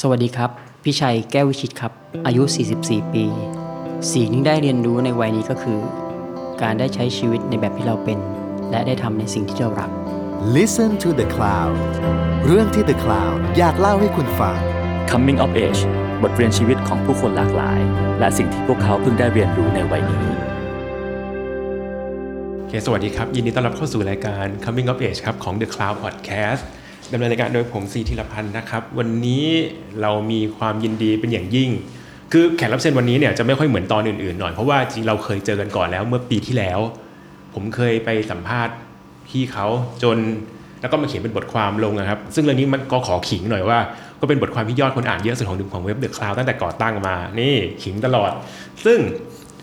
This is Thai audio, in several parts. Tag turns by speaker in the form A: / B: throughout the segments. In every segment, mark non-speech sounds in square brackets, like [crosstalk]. A: สวัสดีครับ พี่ชัยแก้ววิชิตครับ อายุ 44 ปี สิ่งที่ได้เรียนรู้ในวัยนี้ก็คือ การได้ใช้ชีวิตในแบบที่เราเป็น และได้ทำในสิ่งที่เรารัก
B: Listen to the Cloud เรื่องที่ The Cloud อยากเล่าให้คุณฟัง
C: Coming of Age บทเรียนชีวิตของผู้คนหลากหลาย และสิ่งที่พวกเขาเพิ่งได้เรียนรู้ในวัยนี้
D: โอเคสวัสดีครับ ยินดีต้อนรับเข้าสู่รายการ Coming of Age ครับ ของ The Cloud Podcast ดำเนินรายการโดยผมซีธีรพันธ์นะครับ วันนี้เรามีความยินดีเป็นอย่างยิ่ง คือแขกรับเชิญวันนี้เนี่ยจะไม่ค่อยเหมือนตอนอื่นๆหน่อย เพราะว่าจริงๆเราเคยเจอกันก่อนแล้วเมื่อปีที่แล้ว ผมเคยไปสัมภาษณ์พี่เขาจนแล้วก็มาเขียนเป็นบทความลงนะครับ ซึ่งเรื่องนี้มันก็ขอขิงหน่อยว่า ก็เป็นบทความที่ยอดคนอ่านเยอะสุดของหนึ่งของเว็บเดอะคลาวตั้งแต่ก่อตั้งมานี่ขิงตลอด ซึ่ง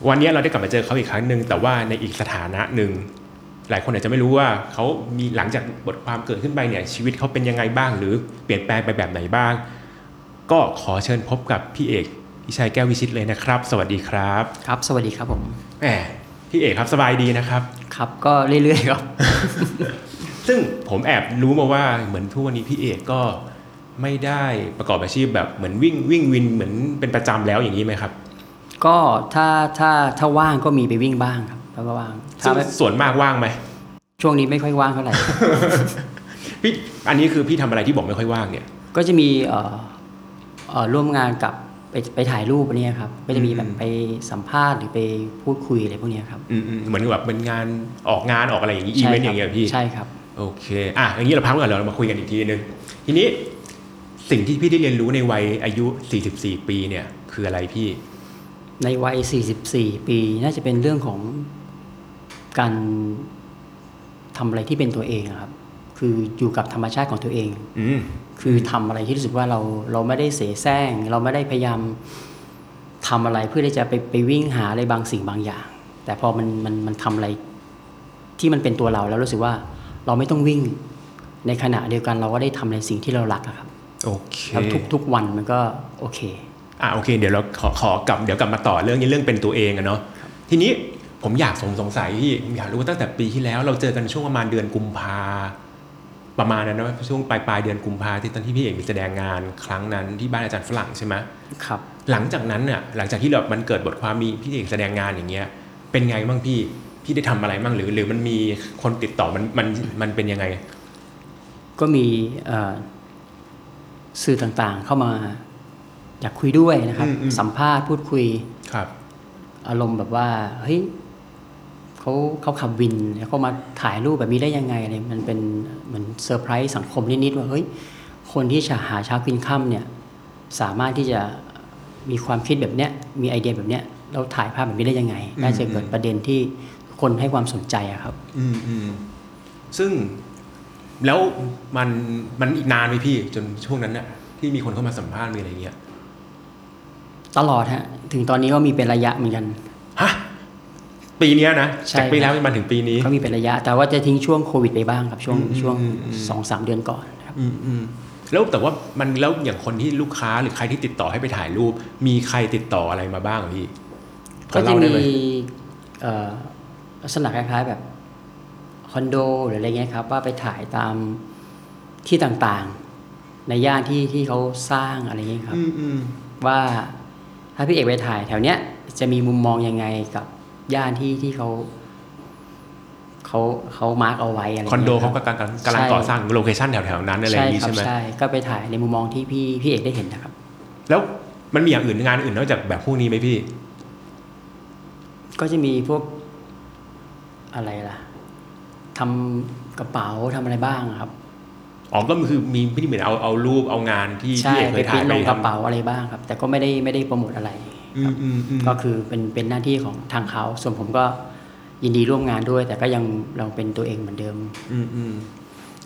D: วันนี้เราได้กลับมาเจอเขาอีกครั้งหนึ่งแต่ว่าในอีกสถานะหนึ่ง หลายคนอาจจะไม่รู้ว่าเขามีหลังจากบทความเกิดขึ้นไปเนี่ยชีวิตเขาเป็นยังไงบ้าง หรือเปลี่ยนแปลงไปแบบไหนบ้าง ก็ขอเชิญพบกับพี่เอกพิชัยแก้ววิชิตเลยนะครับ สวัสดีครับ
A: ครับ สวัสดีครับผม
D: แหมพี่เอกครับสบายดีนะครับ
A: ครับก็เรื่อยๆครับ [laughs]
D: ซึ่งผมแอบรู้มาว่าเหมือนทุกวันนี้พี่เอกก็ไม่ได้ประกอบอาชีพแบบเหมือนวิ่งวิ่งวินเหมือนเป็นประจำแล้วอย่างนี้ไหมครับ
A: ก็ถ้าถ้าถ้าว่างก็มีไปวิ่งบ้างครับถ้าว่างถ้า
D: ซึ่ง
A: ไม่
D: ส่วนมากว่างไหม
A: ช่วงนี้ไม่ค่อยว่างเท่าไหร่ [laughs]
D: พี่อันนี้คือพี่ทำอะไรที่บอกไม่ค่อยว่างเนี่ย
A: ก็จะมีเอ่อเอ่อร่วมงานกับไปไปถ่ายรูปอะไรเนี่ยครับก็จะมีแบบไปสัมภาษณ์หรือไปพูดคุยอะไรพวกเนี้ยครับ
D: อืมอืมเหมือนแบบเป็นงานออกงานออกอะไรอย่างนี้อี
A: ใช่
D: เวนต์
A: ค
D: อ
A: รับ
D: ย่างเงี้ยพี่
A: ใช่ครับ
D: โอเค อ่ะ อย่างนี้เราพักไว้ก่อนเรามาคุยกันอีกทีนึง ทีนี้สิ่งที่พี่ได้เรียนรู้ในวัยอายุ 44 ปีเนี่ย คืออะไรพี่
A: ในวัย 44 ปี น่าจะเป็นเรื่องของการทำอะไรที่เป็นตัวเองอะครับ คืออยู่กับธรรมชาติของตัวเอง
D: อืม
A: คือทำอะไรที่รู้สึกว่าเราเราไม่ได้เสแสร้ง เราไม่ได้พยายามทำอะไรเพื่อที่จะไปไปวิ่งหาอะไรบางสิ่งบางอย่าง แต่พอมันมันมันทำอะไรที่มันเป็นตัวเราแล้วรู้สึกว่าเราไม่ต้องวิ่งในขณะเดียวกันเราก็ได้ทำในสิ่งที่เรารักอะครับ
D: โอเค
A: แล้วทุกทุกวันมันก็โอเค
D: อ่ะ โอเค เดี๋ยวเราขอขอกลับ เดี๋ยวกลับมาต่อเรื่องนี้เรื่องเป็นตัวเองอะเนาะ ทีนี้ผมอยากสงสงสัยพี่ ผมอยากรู้ว่าตั้งแต่ปีที่แล้วเราเจอกันช่วงประมาณเดือนกุมภาประมาณนั้นนะช่วงปลายปลายๆเดือนกุมภาที่ตอนที่พี่เอกมีแสดงงานครั้งนั้นที่บ้านอาจารย์ฝรั่งใช่ไหม
A: ครับ
D: หลังจากนั้นน่ะหลังจากที่แบบมันเกิดบทความมีพี่เอกแสดงงานอย่างเงี้ย เป็นไงบ้างพี่พี่ได้ทำอะไรบ้างหรือ หรือมันมีคนติดต่อมันมันมันเป็นยังไง
A: ก็มีเอ่อสื่อต่างๆเข้ามาอยากคุยด้วยนะครับ
D: อืมอืม
A: สัมภาษณ์พูดคุย
D: ครับ
A: อารมณ์แบบว่าเฮ้ยเขาเขาขับวินแล้วก็มาถ่ายรูปแบบนี้ได้ยังไงอะไรมันเป็นเหมือนเซอร์ไพรส์สังคมนิดๆว่าเฮ้ยคนที่จะหาเช้ากินค่ำเนี่ย สามารถที่จะมีความคิดแบบเนี้ยมีไอเดียแบบเนี้ยเราถ่ายภาพแบบนี้ได้ยังไง น่าจะเกิดประเด็นที่คนให้ความสนใจอะครับ
D: อืมอืมซึ่งแล้วมันมันอีกนานไหมพี่ จนช่วงนั้นน่ะที่มีคนเข้ามาสัมภาษณ์มีอะไรเงี้ย
A: ตลอดฮะถึงตอนนี้ก็มีเป็นระยะเหมือนกัน
D: ฮะปีเนี้ยนะ
A: ใช่
D: จากปีแล้ว
A: ครับ
D: มาถึงปีนี้
A: ก็มีเป็นระยะ แต่ว่าจะทิ้งช่วงโควิดไปบ้างครับ ช่วง
D: อืม
A: ช่วง
D: อืมอืม
A: สองสามเดือนก่อนครับ
D: อืมอืมแล้วแต่ว่ามันแล้วอย่างคนที่ลูกค้าหรือใครที่ติดต่อให้ไปถ่ายรูป มีใครติดต่ออะไรมาบ้างเหรอพี่พ
A: ก็
D: อ
A: จะ
D: เล่าได้
A: มี
D: ไห
A: เอ่อลักษณะคล้ายๆแบบคอนโดหรืออะไรเงี้ยครับ ว่าไปถ่ายตามที่ต่างๆ ในย่านที่ที่เขาสร้างอะไรเงี้ยครับ
D: อืมอืม
A: ว่าถ้าพี่เอกไปถ่ายแถวเนี้ยจะมีมุมมองยังไงกับย่านที่ที่เขาเขาเขามาร์กเอาไว้อะไร
D: คอนโด
A: งี้ยรั
D: เขา
A: บ
D: กำลังกำลัง
A: ใช่
D: ก่อสร้างโลเคชันแถวๆนั้นอะไรอย่างนี้
A: ครั
D: ใช่ไหม
A: ใช่ก็ไปถ่ายในมุมมองที่พี่พี่เอกได้เห็นนะครับ
D: แล้วมันมีอย่างอื่นงานอื่นนอกจากแบบพวกนี้ไหมพี่
A: ก็จะมีพวกอะไรล่ะทำกระเป๋าทำอะไรบ้างอะครับ
D: อ๋อก็คือมีพี่เหมือนเอาเอารูปเอางานที่พี่เอกเค
A: ไป
D: ย
A: พิ
D: ถ่าย
A: มพ์
D: ไป
A: ลงกระ
D: ทำ
A: เป๋าอะไรบ้างครับ แต่ก็ไม่ได้ไม่ได้โปรโมทอะไร
D: อืมอืมอืม
A: ก็คือเป็นเป็นหน้าที่ของทางเขา ส่วนผมก็ยินดีร่วมงานด้วย แต่ก็ยังเราเป็นตัวเองเหมือนเดิม
D: อืมอืม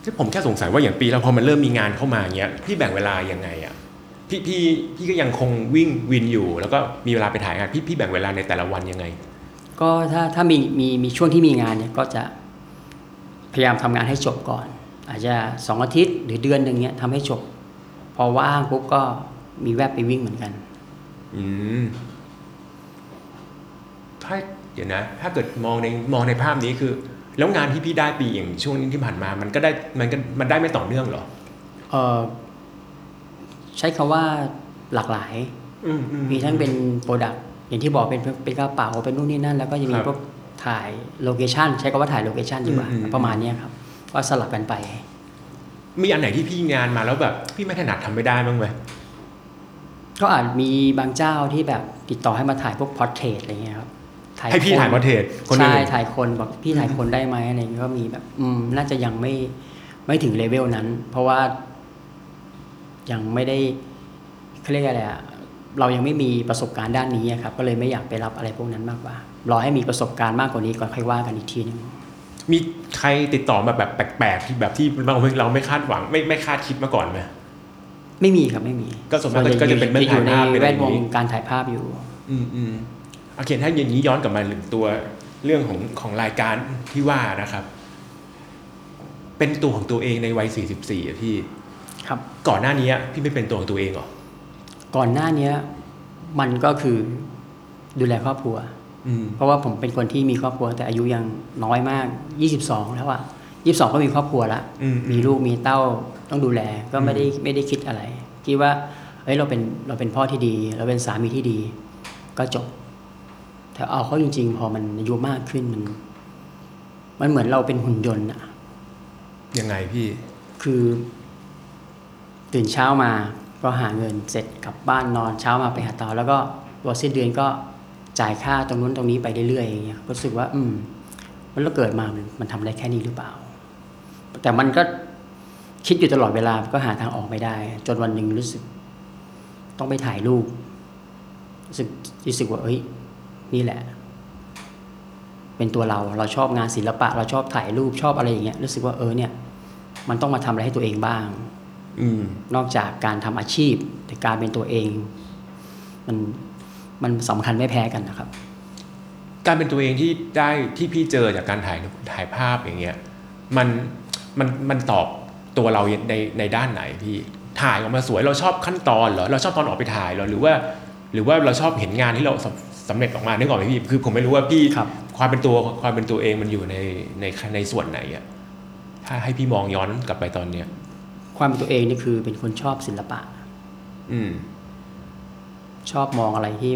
D: ที่ผมแค่สงสัยว่าอย่างปีแล้วพอมันเริ่มมีงานเข้ามาอย่างเงี้ยพี่แบ่งเวลายังไงอ่ะพี่พี่พี่ก็ยังคงวิ่งวินอยู่ แล้วก็มีเวลาไปถ่ายงานพี่พี่แบ่งเวลาในแต่ละวันยังไง
A: ก็ถ้าถ้ามีมีมีช่วงที่มีงานเนี่ยก็จะพยายามทำงานให้จบก่อน อาจจะสองอาทิตย์หรือเดือนหนึ่งเนี่ยทำให้จบ พอว่างปุ๊บก็มีแวบไปวิ่งเหมือนกัน
D: อืมถ้าเดี๋ยวนะ ถ้าเกิดมองในมองในภาพนี้คือ แล้วงานที่พี่ได้ปีอย่างช่วงนี้ที่ผ่านมา มันก็ได้มันก็มันได้ไม่ต่อเนื่องเหรอ
A: เอ่อ ใช้คำว่าหลากหลาย
D: อืมอืม
A: มีทั้งเป็นโปรดักต์อย่างที่บอกเป็นเป็นกระเป๋าเป็นนู่นนี่นั่น แล้วก็ยังมี
D: ครับ
A: พวกถ่ายโลเคชันใช้คำว่าถ่ายโลเคชันดีกว่า
D: อืมอืม
A: ประมาณเนี้ยครับก็สลับกันไป
D: มีอันไหนที่พี่งานมาแล้วแบบพี่ไม่ถนัดทำไม่ได้บ้างไหม
A: ก็อาจมีบางเจ้าที่แบบติดต่อให้มาถ่ายพวกพอร์เทรตอะไรเงี้ยครับ
D: ให้พี่
A: คน
D: ถ่ายประเทศคนอื่
A: ใช่
D: น
A: ถ่ายคนบอกพี่ถ่ายคนได้ไหมอะไรเงี้ยก็มีแบบอืมน่าจะยังไม่ไม่ถึงเลเวลนั้น เพราะว่ายังไม่ได้เขาเรียกอะไรอะเรายังไม่มีประสบการณ์ด้านนี้อะครับ ก็เลยไม่อยากไปรับอะไรพวกนั้นมากกว่ารอให้มีประสบการณ์มากกว่านี้ก่อนค่อยว่ากันอีกทีหนึง
D: มีใครติดต่อมาแบบแปลกๆที่แบบที่เราไม่เราไม่คาดหวังไม่ไม่คาดคิดมาก่อนไหม
A: ไม่มีครับไม่มี
D: ก็ส่วนมากก็ก็จะเป็นเรื่อง
A: ที่อยู่ใน
D: ถ่ายภาพเป็น
A: แว
D: อย่า
A: ด
D: ง
A: ว
D: นี้
A: งการถ่ายภาพอยู่
D: อืมอืมโอเคถ้าอย่างนี้ย้อนกลับมาถึงตัวเรื่องของของรายการที่ว่านะครับ เป็นตัวของตัวเองในวัย 44อะพี่
A: ครับ
D: ก่อนหน้านี้พี่ไม่เป็นตัวของตัวเองเหรอ
A: ก่อนหน้าเนี้ยมันก็คือดูแลครอบครัว
D: อืม
A: เพราะว่าผมเป็นคนที่มีครอบครัว แต่อายุยังน้อยมาก 22 แล้วอะ22 ก็มีครอบครัวละ
D: อืมอืม
A: มีลูกมีเต้าต้องดูแลก็ไม่ได้ไม่ได้คิดอะไรคิดว่าเอ้ยเราเป็นเราเป็นพ่อที่ดี เราเป็นสามีที่ดี ก็จบ แต่เอาเข้าจริง ๆ พอมันอายุมากขึ้นมัน มันเหมือนเราเป็นหุ่นยนต์อะ
D: ยังไงพี่
A: คือตื่นเช้ามาก็หาเงินเสร็จกลับบ้านนอนเช้ามาไปหาต่อแล้วก็พอสิ้นเดือนก็จ่ายค่าตรงนู้นตรงนี้ไปเรื่อยๆอย่างเงี้ยครับรู้สึกว่า อืมมันเราเกิดมามันมันทำได้แค่นี้หรือเปล่า แต่มันก็คิดอยู่ตลอดเวลาก็หาทางออกไม่ได้ จนวันหนึ่งรู้สึก ต้องไปถ่ายรูปรู้สึกรู้สึกว่าเอ้ย นี่แหละ เป็นตัวเราเราชอบงานศิลปะ เราชอบถ่ายรูปชอบอะไรอย่างเงี้ยรู้สึกว่าเออเนี่ย มันต้องมาทำอะไรให้ตัวเองบ้าง
D: อืม
A: นอกจากการทำอาชีพ แต่การเป็นตัวเอง มันมันสำคัญไม่แพ้กันนะครับ
D: การเป็นตัวเองที่ได้ที่พี่เจอจากการถ่ายถ่ายภาพอย่างเงี้ยมันมันมันตอบตัวเราในในด้านไหนพี่ถ่ายออกมาสวยเราชอบขั้นตอนเหรอเราชอบตอนออกไปถ่ายเหรอหรือว่า หรือว่าเราชอบเห็นงานที่เราสำสำเร็จออกมานึกออกไหมพี่คือผมไม่รู้ว่าพี่
A: ครับ
D: ความเป็นตัวความเป็นตัวเองมันอยู่ในในในส่วนไหนอะถ้าให้พี่มองย้อนกลับไปตอนเนี้ย
A: ความเป็นตัวเองนี่คือเป็นคนชอบศิลปะ
D: อืม
A: ชอบมองอะไรที่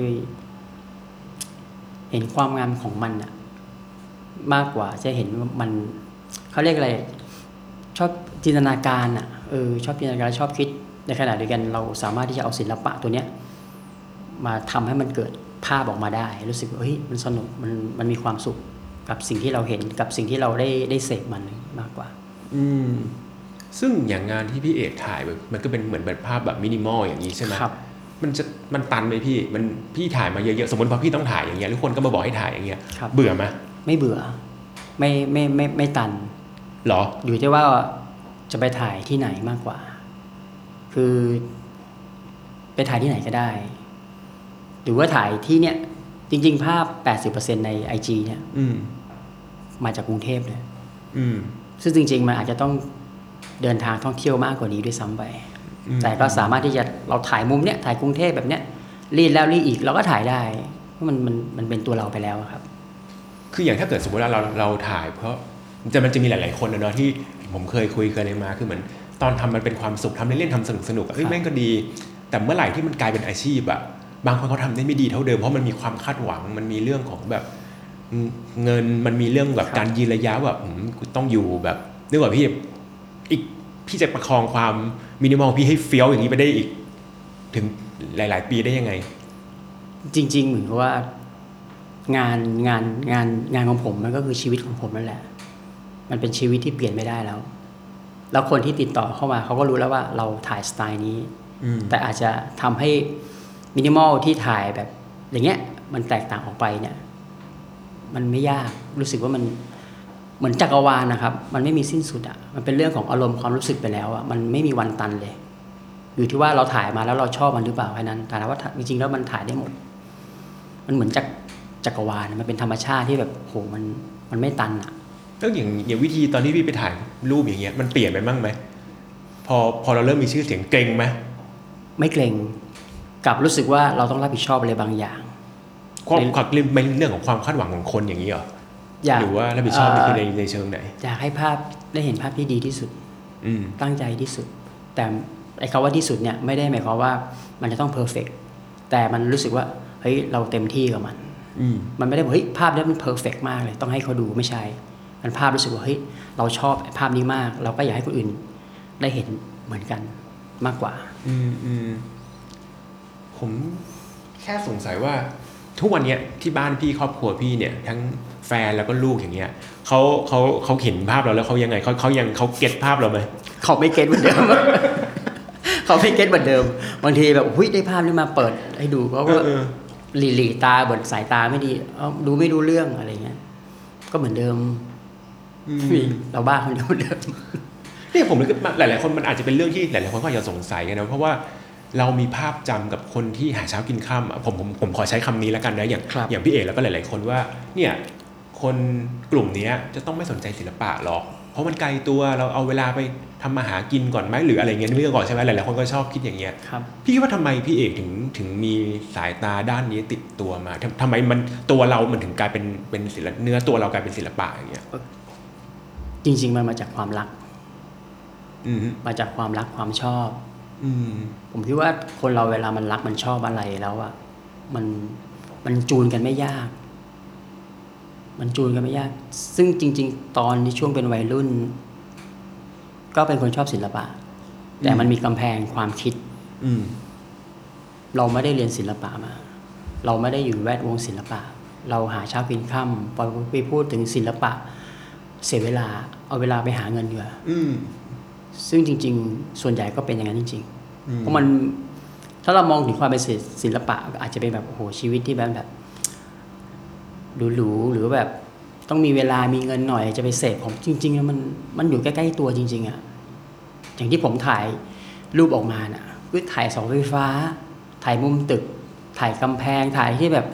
A: เห็นความงามของมันอะมากกว่าจะเห็นว่ามันเขาเรียกอะไร ชอบจินตนาการอะเออชอบจินตนาการชอบคิดในขณะเดียวกันเราสามารถที่จะเอาศิลปะตัวเนี้ย มาทำให้มันเกิดภาพออกมาได้ รู้สึกว่าเฮ้ยมันสนุกมันมันมีความสุขกับสิ่งที่เราเห็นกับสิ่งที่เราได้ได้เสพมันมากกว่า
D: อืม ซึ่งอย่างงานที่พี่เอกถ่ายแบบมันก็เป็นเหมือนแบบภาพแบบมินิมอลอย่างนี้ใช่ไหม
A: ครับ
D: มันจะมันตันไหมพี่ มันพี่ถ่ายมาเยอะๆ สมมติพอพี่ต้องถ่ายอย่างเงี้ยหรือคนก็มาบอกให้ถ่ายอย่างเงี้ย
A: ครับ
D: เบื่อไหม
A: ไม่เบื่อ ไม่ไม่ไม่ไม่ตัน
D: หรอ
A: อยู่ที่ว่าจะไปถ่ายที่ไหนมากกว่า คือไปถ่ายที่ไหนก็ได้ หรือว่าถ่ายที่เนี่ย จริง ๆ ภาพ 80%ใน IG เนี่ย
D: อืม
A: มาจากกรุงเทพเลย
D: อืม
A: ซึ่งจริง ๆ มันอาจจะต้องเดินทางท่องเที่ยวมากกว่านี้ด้วยซ้ำไป
D: อืม
A: แต่ก็สามารถที่จะเราถ่ายมุมเนี้ยถ่ายกรุงเทพแบบเนี้ยรีดแล้วรีดอีกเราก็ถ่ายได้เพราะมันมันมันเป็นตัวเราไปแล้วอะครับ
D: คืออย่างถ้าเกิดสมมติว่าเราเราถ่ายเพราะจะมันจะมีหลาย ๆ คนนะเนาะที่ผมเคยคุยเคยอะไรมาคือเหมือนตอนทำมันเป็นความสุขทำเล่นๆทำสนุกสนุกๆอะเฮ้ย
A: ครับ
D: แม่งก็ดี แต่เมื่อไหร่ที่มันกลายเป็นอาชีพอะบางคนเขาทำได้ไม่ดีเท่าเดิมเพราะมันมีความคาดหวังมันมีเรื่องของแบบเงินมันมีเรื่องแบบการยืนระยะแบบอืมกูต้องอยู่แบบนึกว่าพี่อีกพี่จะประคองความมินิมอลพี่ให้เฟี้ยวอย่างนี้ไปได้อีก ถึงหลาย ๆ ปีได้ยังไง
A: จริง ๆ เหมือนกับว่างานงานงานงานของผมมันก็คือชีวิตของผมนั่นแหละ มันเป็นชีวิตที่เปลี่ยนไม่ได้แล้ว แล้วคนที่ติดต่อเข้ามาเขาก็รู้แล้วว่าเราถ่ายสไตล์นี้
D: อืม
A: แต่อาจจะทำให้มินิมอลที่ถ่ายแบบ อย่างเงี้ย มันแตกต่างออกไปเนี่ย มันไม่ยากรู้สึกว่ามันเหมือนจักรวาลนะครับ มันไม่มีสิ้นสุดอะ่ะมันเป็นเรื่องของอารมณ์ความรู้สึกไปแล้วอะ่ะมันไม่มีวันตันเลย อยู่ที่ว่าเราถ่ายมาแล้วเราชอบมันหรือเปล่าแค่นั้น แต่ว่าถ้าจริงๆแล้วมันถ่ายได้หมด มันเหมือนจักจักรวาลอะมันเป็นธรรมชาติที่แบบโหมันมันไม่ตันอ่ะ
D: แล้วอย่างอย่างวิธีตอนที่พี่ไปถ่ายรูปอย่างเงี้ยมันเปลี่ยนไปบ้างไหมพอพอเราเริ่มมีชื่อเสียงเก่งไหม
A: ไม่เกรงกลับรู้สึกว่าเราต้องรับผิดชอบอะไรบางอย่าง
D: ความ
A: ใน
D: ความเป็นเรื่องของความคาดหวังของคนอย่างนี้เหรอ
A: อยาก
D: หรือว่ารับผิดชอบใน
A: เ
D: ในในเชิงไหน
A: อยากให้ภาพได้เห็นภาพที่ดีที่สุด
D: อืม
A: ตั้งใจที่สุด แต่ ไอ้คำว่าที่สุดเนี่ยไม่ได้หมายความว่ามันจะต้องเพอร์เฟกแต่มันรู้สึกว่าเฮ้ยเราเต็มที่กับมัน
D: อืม
A: มันไม่ได้บอกเฮ้ยภาพนี้มันเพอร์เฟกมากเลยต้องให้เขาดูไม่ใช่ มันภาพรู้สึกว่าเฮ้ยเราชอบภาพนี้มาก เราก็อยากให้คนอื่นได้เห็นเหมือนกันมากกว่า
D: อืมอืมผมแค่สงสัยว่า ทุกวันเนี้ยที่บ้านพี่ครอบครัวพี่เนี่ย ทั้งแฟนแล้วก็ลูกอย่างเงี้ยเขาเขาเขาเห็นภาพเราแล้วเขายังไงเขาเขายังเขาเก็ตภาพเราไหม
A: เขาไม่เก็ตเหมือนเดิ [laughs] ม เขาไม่เก็ตเหมือนเดิม บางทีแบบหุ้ยได้ภาพนี้มาเปิดให้ดูเขา
D: เอ
A: ก็
D: อเออ
A: หลีหลีตาบนสายตาไม่ดีเอ้าดูไม่รู้เรื่องอะไรเงี้ยก็เหมือนเดิม
D: อืม
A: เราบ้าคนเดียวเหมือนเดิม
D: เนี่ยผมนึกว่าหลาย ๆ คนมันอาจจะเป็นเรื่องที่หลาย ๆ คนก็อาจจะสงสัยกันนะเพราะว่าเรามีภาพจำกับคนที่หาเช้ากินค่ำอ่ะผมผมผมขอใช้คำนี้แล้วกันนะอย่าง
A: ครับ
D: อย่างพี่เอกแล้วก็หลาย ๆ คนว่า เนี่ย คนกลุ่มเนี้ยจะต้องไม่สนใจศิลปะหรอก เพราะมันไกลตัวเราเอาเวลาไปทำมาหากินก่อนไหมหรืออะไรเงี้ยนึกก่อนใช่ไหมหลายๆคนก็ชอบคิดอย่างเงี้ย
A: ครับ
D: พี่คิดว่าทำไมพี่เอกถึงถึงมีสายตาด้านนี้ติดตัวมาทำทำไมมันตัวเรามันถึงกลายเป็นเป็นศิลปเนื้อตัวเรากลายเป็นศิลปะอย่างเงี้ย
A: จริง ๆ มันมาจากความรัก
D: อืม
A: มาจากความรักความชอบ
D: อืม
A: ผมคิดว่าคนเราเวลามันรักมันชอบอะไรแล้วอะมันมันจูนกันไม่ยาก มันจูนกันไม่ยาก ซึ่งจริง ๆ ตอนที่ช่วงเป็นวัยรุ่น ก็เป็นคนชอบศิลปะ แต่มันมีกำแพงความคิด
D: อืม
A: เราไม่ได้เรียนศิลปะมา เราไม่ได้อยู่แวดวงศิลปะ เราหาเช้ากินค่ำพอไปพูดถึงศิลปะ เสียเวลาเอาเวลาไปหาเงินเยอะ
D: อืม
A: ซึ่งจริง ๆ ส่วนใหญ่ก็เป็นอย่างนั้นจริง
D: อืม
A: ๆ เพราะมันถ้าเรามองถึงความเป็นศิลศิลปะอาจจะเป็นแบบโอ้โหชีวิตที่แบบแบบหรูๆหรือแบบต้องมีเวลามีเงินหน่อยจะไปเสพของจริงๆแล้วมันมันอยู่ใกล้ๆตัวจริง ๆอะอย่างที่ผมถ่ายรูปออกมาน่ะคือถ่ายเสาไฟฟ้า ถ่ายมุมตึก ถ่ายกำแพงถ่ายที่แบบ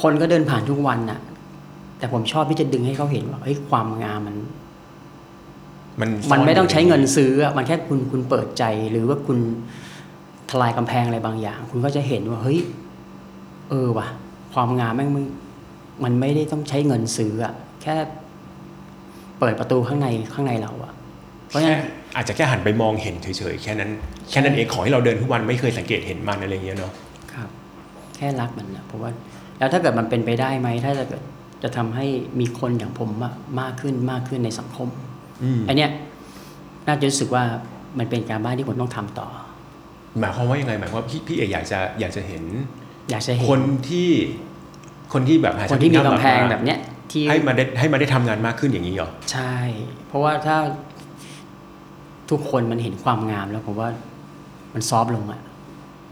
A: คนก็เดินผ่านทุกวันน่ะ แต่ผมชอบที่จะดึงให้เขาเห็นว่าเฮ้ยความงามมัน
D: มันซ่
A: มันไม่ต้องใช้เงินซื้ออะมันแค่คุณคุณเปิดใจหรือว่าคุณทลายกำแพงอะไรบางอย่าง คุณก็จะเห็นว่าเฮ้ยเออว่ะ ความงามแม่งมึงมันไม่ได้ต้องใช้เงินซื้ออะแค่เปิดประตูข้างในข้างในเราอะเพราะ
D: แค่
A: งั้น
D: อาจจะแค่หันไปมองเห็นเฉยๆแค่นั้นแค่นั้นเองขอให้เราเดินทุกวันไม่เคยสังเกตเห็นมันอะไรเงี้ยเนาะ
A: ครับ แค่รักมันนะเพราะว่า แล้วถ้าเกิดมันเป็นไปได้ไหมถ้าจะเกิดจะทำให้มีคนอย่างผมอะมากขึ้นมากขึ้นในสังคม
D: อืม
A: อันเนี้ยน่าจะรู้สึกว่ามันเป็นการบ้านที่ผมต้องทำต่อ
D: หมายความว่ายังไงหมายความว่าพี่พี่เอกอยากจะอยากจะเห็น
A: อยากจะเห็น
D: คนที่คนที่แบบ
A: ค
D: หา
A: น
D: เช้ากิ
A: ที่มี
D: ำ
A: กำแพงแบบเนี้ยที่
D: ให้มาได้ให้มาได้ทำงานมากขึ้นอย่างนี้เหรอ
A: ใช่ เพราะว่าถ้าทุกคนมันเห็นความงามแล้วผมว่ามันซอฟต์ลงอะ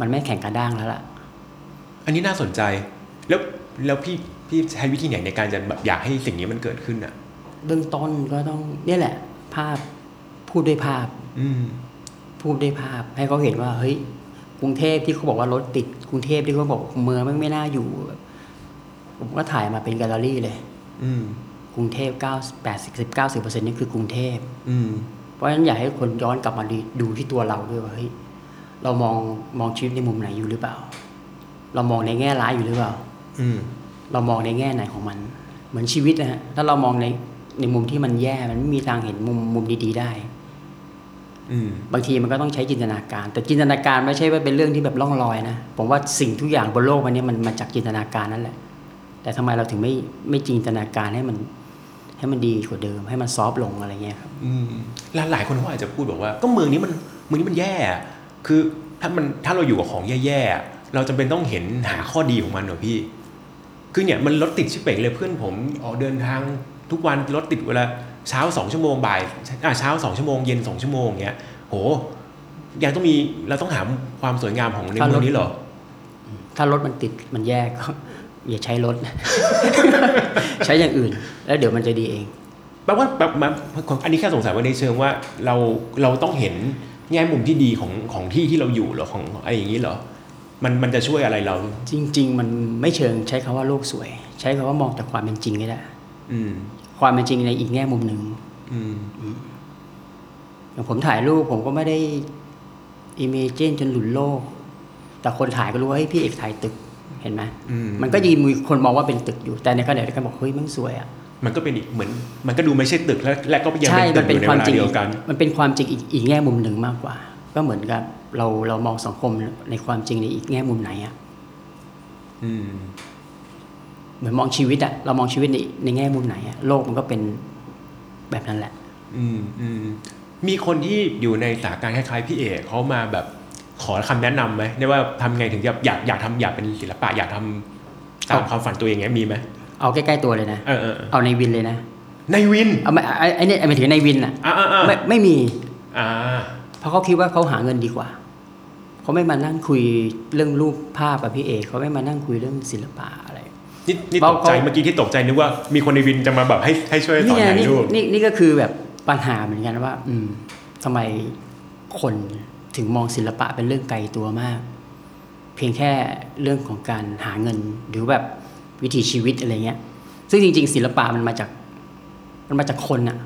A: มันไม่แข็งกระด้างแล้วล่ะ
D: อันนี้น่าสนใจ แล้วแล้วพี่พี่ใช้วิธีไหนในการจะแบบอยากให้สิ่งนี้มันเกิดขึ้นอ่ะ
A: เบื้องต้นก็ต้องเนี่ยแหละ ภาพพูดด้วยภาพ
D: อืม
A: พูดด้วยภาพ ให้เขาเห็นว่า เฮ้ยกรุงเทพที่เขาบอกว่ารถติดกรุงเทพที่เขาบอกเมืองมันไม่น่าอยู่แบบผมก็ถ่ายมาเป็นแกลเลอรี่เลย
D: อืม
A: กรุงเทพ9 8 0 90เปอร์เซ็นต์นี่คือกรุงเทพ
D: อืม
A: เพราะฉะนั้นอยากให้คนย้อนกลับมาดูดูที่ตัวเราด้วยว่าเฮ้ยเรามองมองชีวิตในมุมไหนอยู่หรือเปล่า เรามองในแง่ร้ายอยู่หรือเปล่า
D: อืม
A: เรามองในแง่ไหนของมัน เหมือนชีวิตนะฮะถ้าเรามองในในมุมที่มันแย่มันไม่มีทางเห็นมุมมุมดีๆได้
D: อืม
A: บางทีมันก็ต้องใช้จินตนาการ แต่จินตนาการไม่ใช่ว่าเป็นเรื่องที่แบบล่องลอยนะผมว่าสิ่งทุกอย่างบนโลกวันนี้มันมาจากจินตนาการนั่นแหละ แต่ทำไมเราถึงไม่ไม่จินตนาการให้มันให้มันดีกว่าเดิม ให้มันซอฟต์ลงอะไรเงี้ยครับ
D: อืมหลายหลายคนเขาอาจจะพูดบอกว่า ก็เมืองนี้มันเมืองนี้มันแย่อะคือถ้ามันถ้าเราอยู่กับของแย่ๆอะเราจำเป็นต้องเห็นหาข้อดีของมันเหรอพี่ คือเนี่ยมันรถติดชิบเป่งเลยเพื่อนผมออกเดินทางทุกวันรถติดเวลาเช้าสองชั่วโมงบ่ายอ่ะเช้าสองชั่วโมงเย็นสองชั่วโมงเงี้ยโหยังต้องมีเราต้องหาความสวยงามของในเมืองนี้เหรอ
A: ถ้ารถมันติดมันแย่ก็ [laughs] อย่าใช้รถ [laughs] ใช้อย่างอื่น แล้วเดี๋ยวมันจะดีเอง
D: แปลว่าแบบมันอันนี้แค่สงสัยว่าในเชิงว่าเราเราต้องเห็นแง่มุมที่ดีของของที่ที่เราอยู่เหรอของอะไรอย่างนี้เหรอ มันมันจะช่วยอะไรเรา
A: จริง ๆ มันไม่เชิงใช้คำว่าโลกสวย ใช้คำว่ามองแต่ความเป็นจริงก็ได้
D: อืม
A: ความเป็นจริงในอีกแง่มุมหนึ่ง
D: อืม
A: อย่างผมถ่ายรูปผมก็ไม่ได้อิเมจนจนหลุดโลก แต่คนถ่ายก็รู้ว่าเฮ้ยพี่เอกถ่ายตึกเห็นไหม
D: อืม
A: มันก็ยีมีคนมองว่าเป็นตึกอยู่แต่ในขณะเดียวกันบอกเฮ้ยมันสวยอ่ะ
D: มันก็เป็นอีกเหมือน มันก็ดูไม่ใช่ตึกและและก็ยังเป็นตึกอยู่ในเวลาเดียวกัน
A: มันเป็นความจริงอีกอีกแง่มุมหนึ่งมากกว่า ก็เหมือนกับเราเรามองสังคมในความจริงในอีกแง่มุมไหนอะ
D: อืม
A: เหมือนมองชีวิตอะเรามองชีวิตในในแง่มุมไหนอะโลกมันก็เป็นแบบนั้นแหละ
D: อืมอืมมีคนที่อยู่ในสถานการณ์คล้ายๆพี่เอกเขามาแบบขอคำแนะนำไหมได้ว่าทำไงถึงจะอยากอยากทำอยากเป็นศิลปะอยากทำตามความฝันตัวเองเงี้ยมีไหม
A: เอาใกล้ๆตัวเลยนะ
D: เออเออเออ
A: เอาในวินเลยนะ
D: ในวิน
A: เอาไม่ไอ้ไอ้เนี่ยหมายถึงในวินอะ
D: อ่าอ่าอ่า
A: ไม่ไม่มี
D: อ่า
A: เพราะเขาคิดว่าเขาหาเงินดีกว่า เขาไม่มานั่งคุยเรื่องรูปภาพกับพี่เอกเขาไม่มานั่งคุยเรื่องศิลปะอะไร
D: นี่นี่
A: เรา
D: ตกใจ
A: เขา
D: เมื่อกี้ที่ตกใจนึกว่ามีคนในวินจะมาแบบให้ให้ช่วยสอน
A: ไง
D: ถ่าย
A: นี่
D: รูป
A: นี่นี่ก็คือแบบปัญหาเหมือนกันว่า อืมทำไมคนถึงมองศิลปะเป็นเรื่องไกลตัวมาก เพียงแค่เรื่องของการหาเงินหรือแบบวิถีชีวิตอะไรเงี้ย ซึ่งจริง ๆ ศิลปะมันมาจาก มันมาจากคนอะ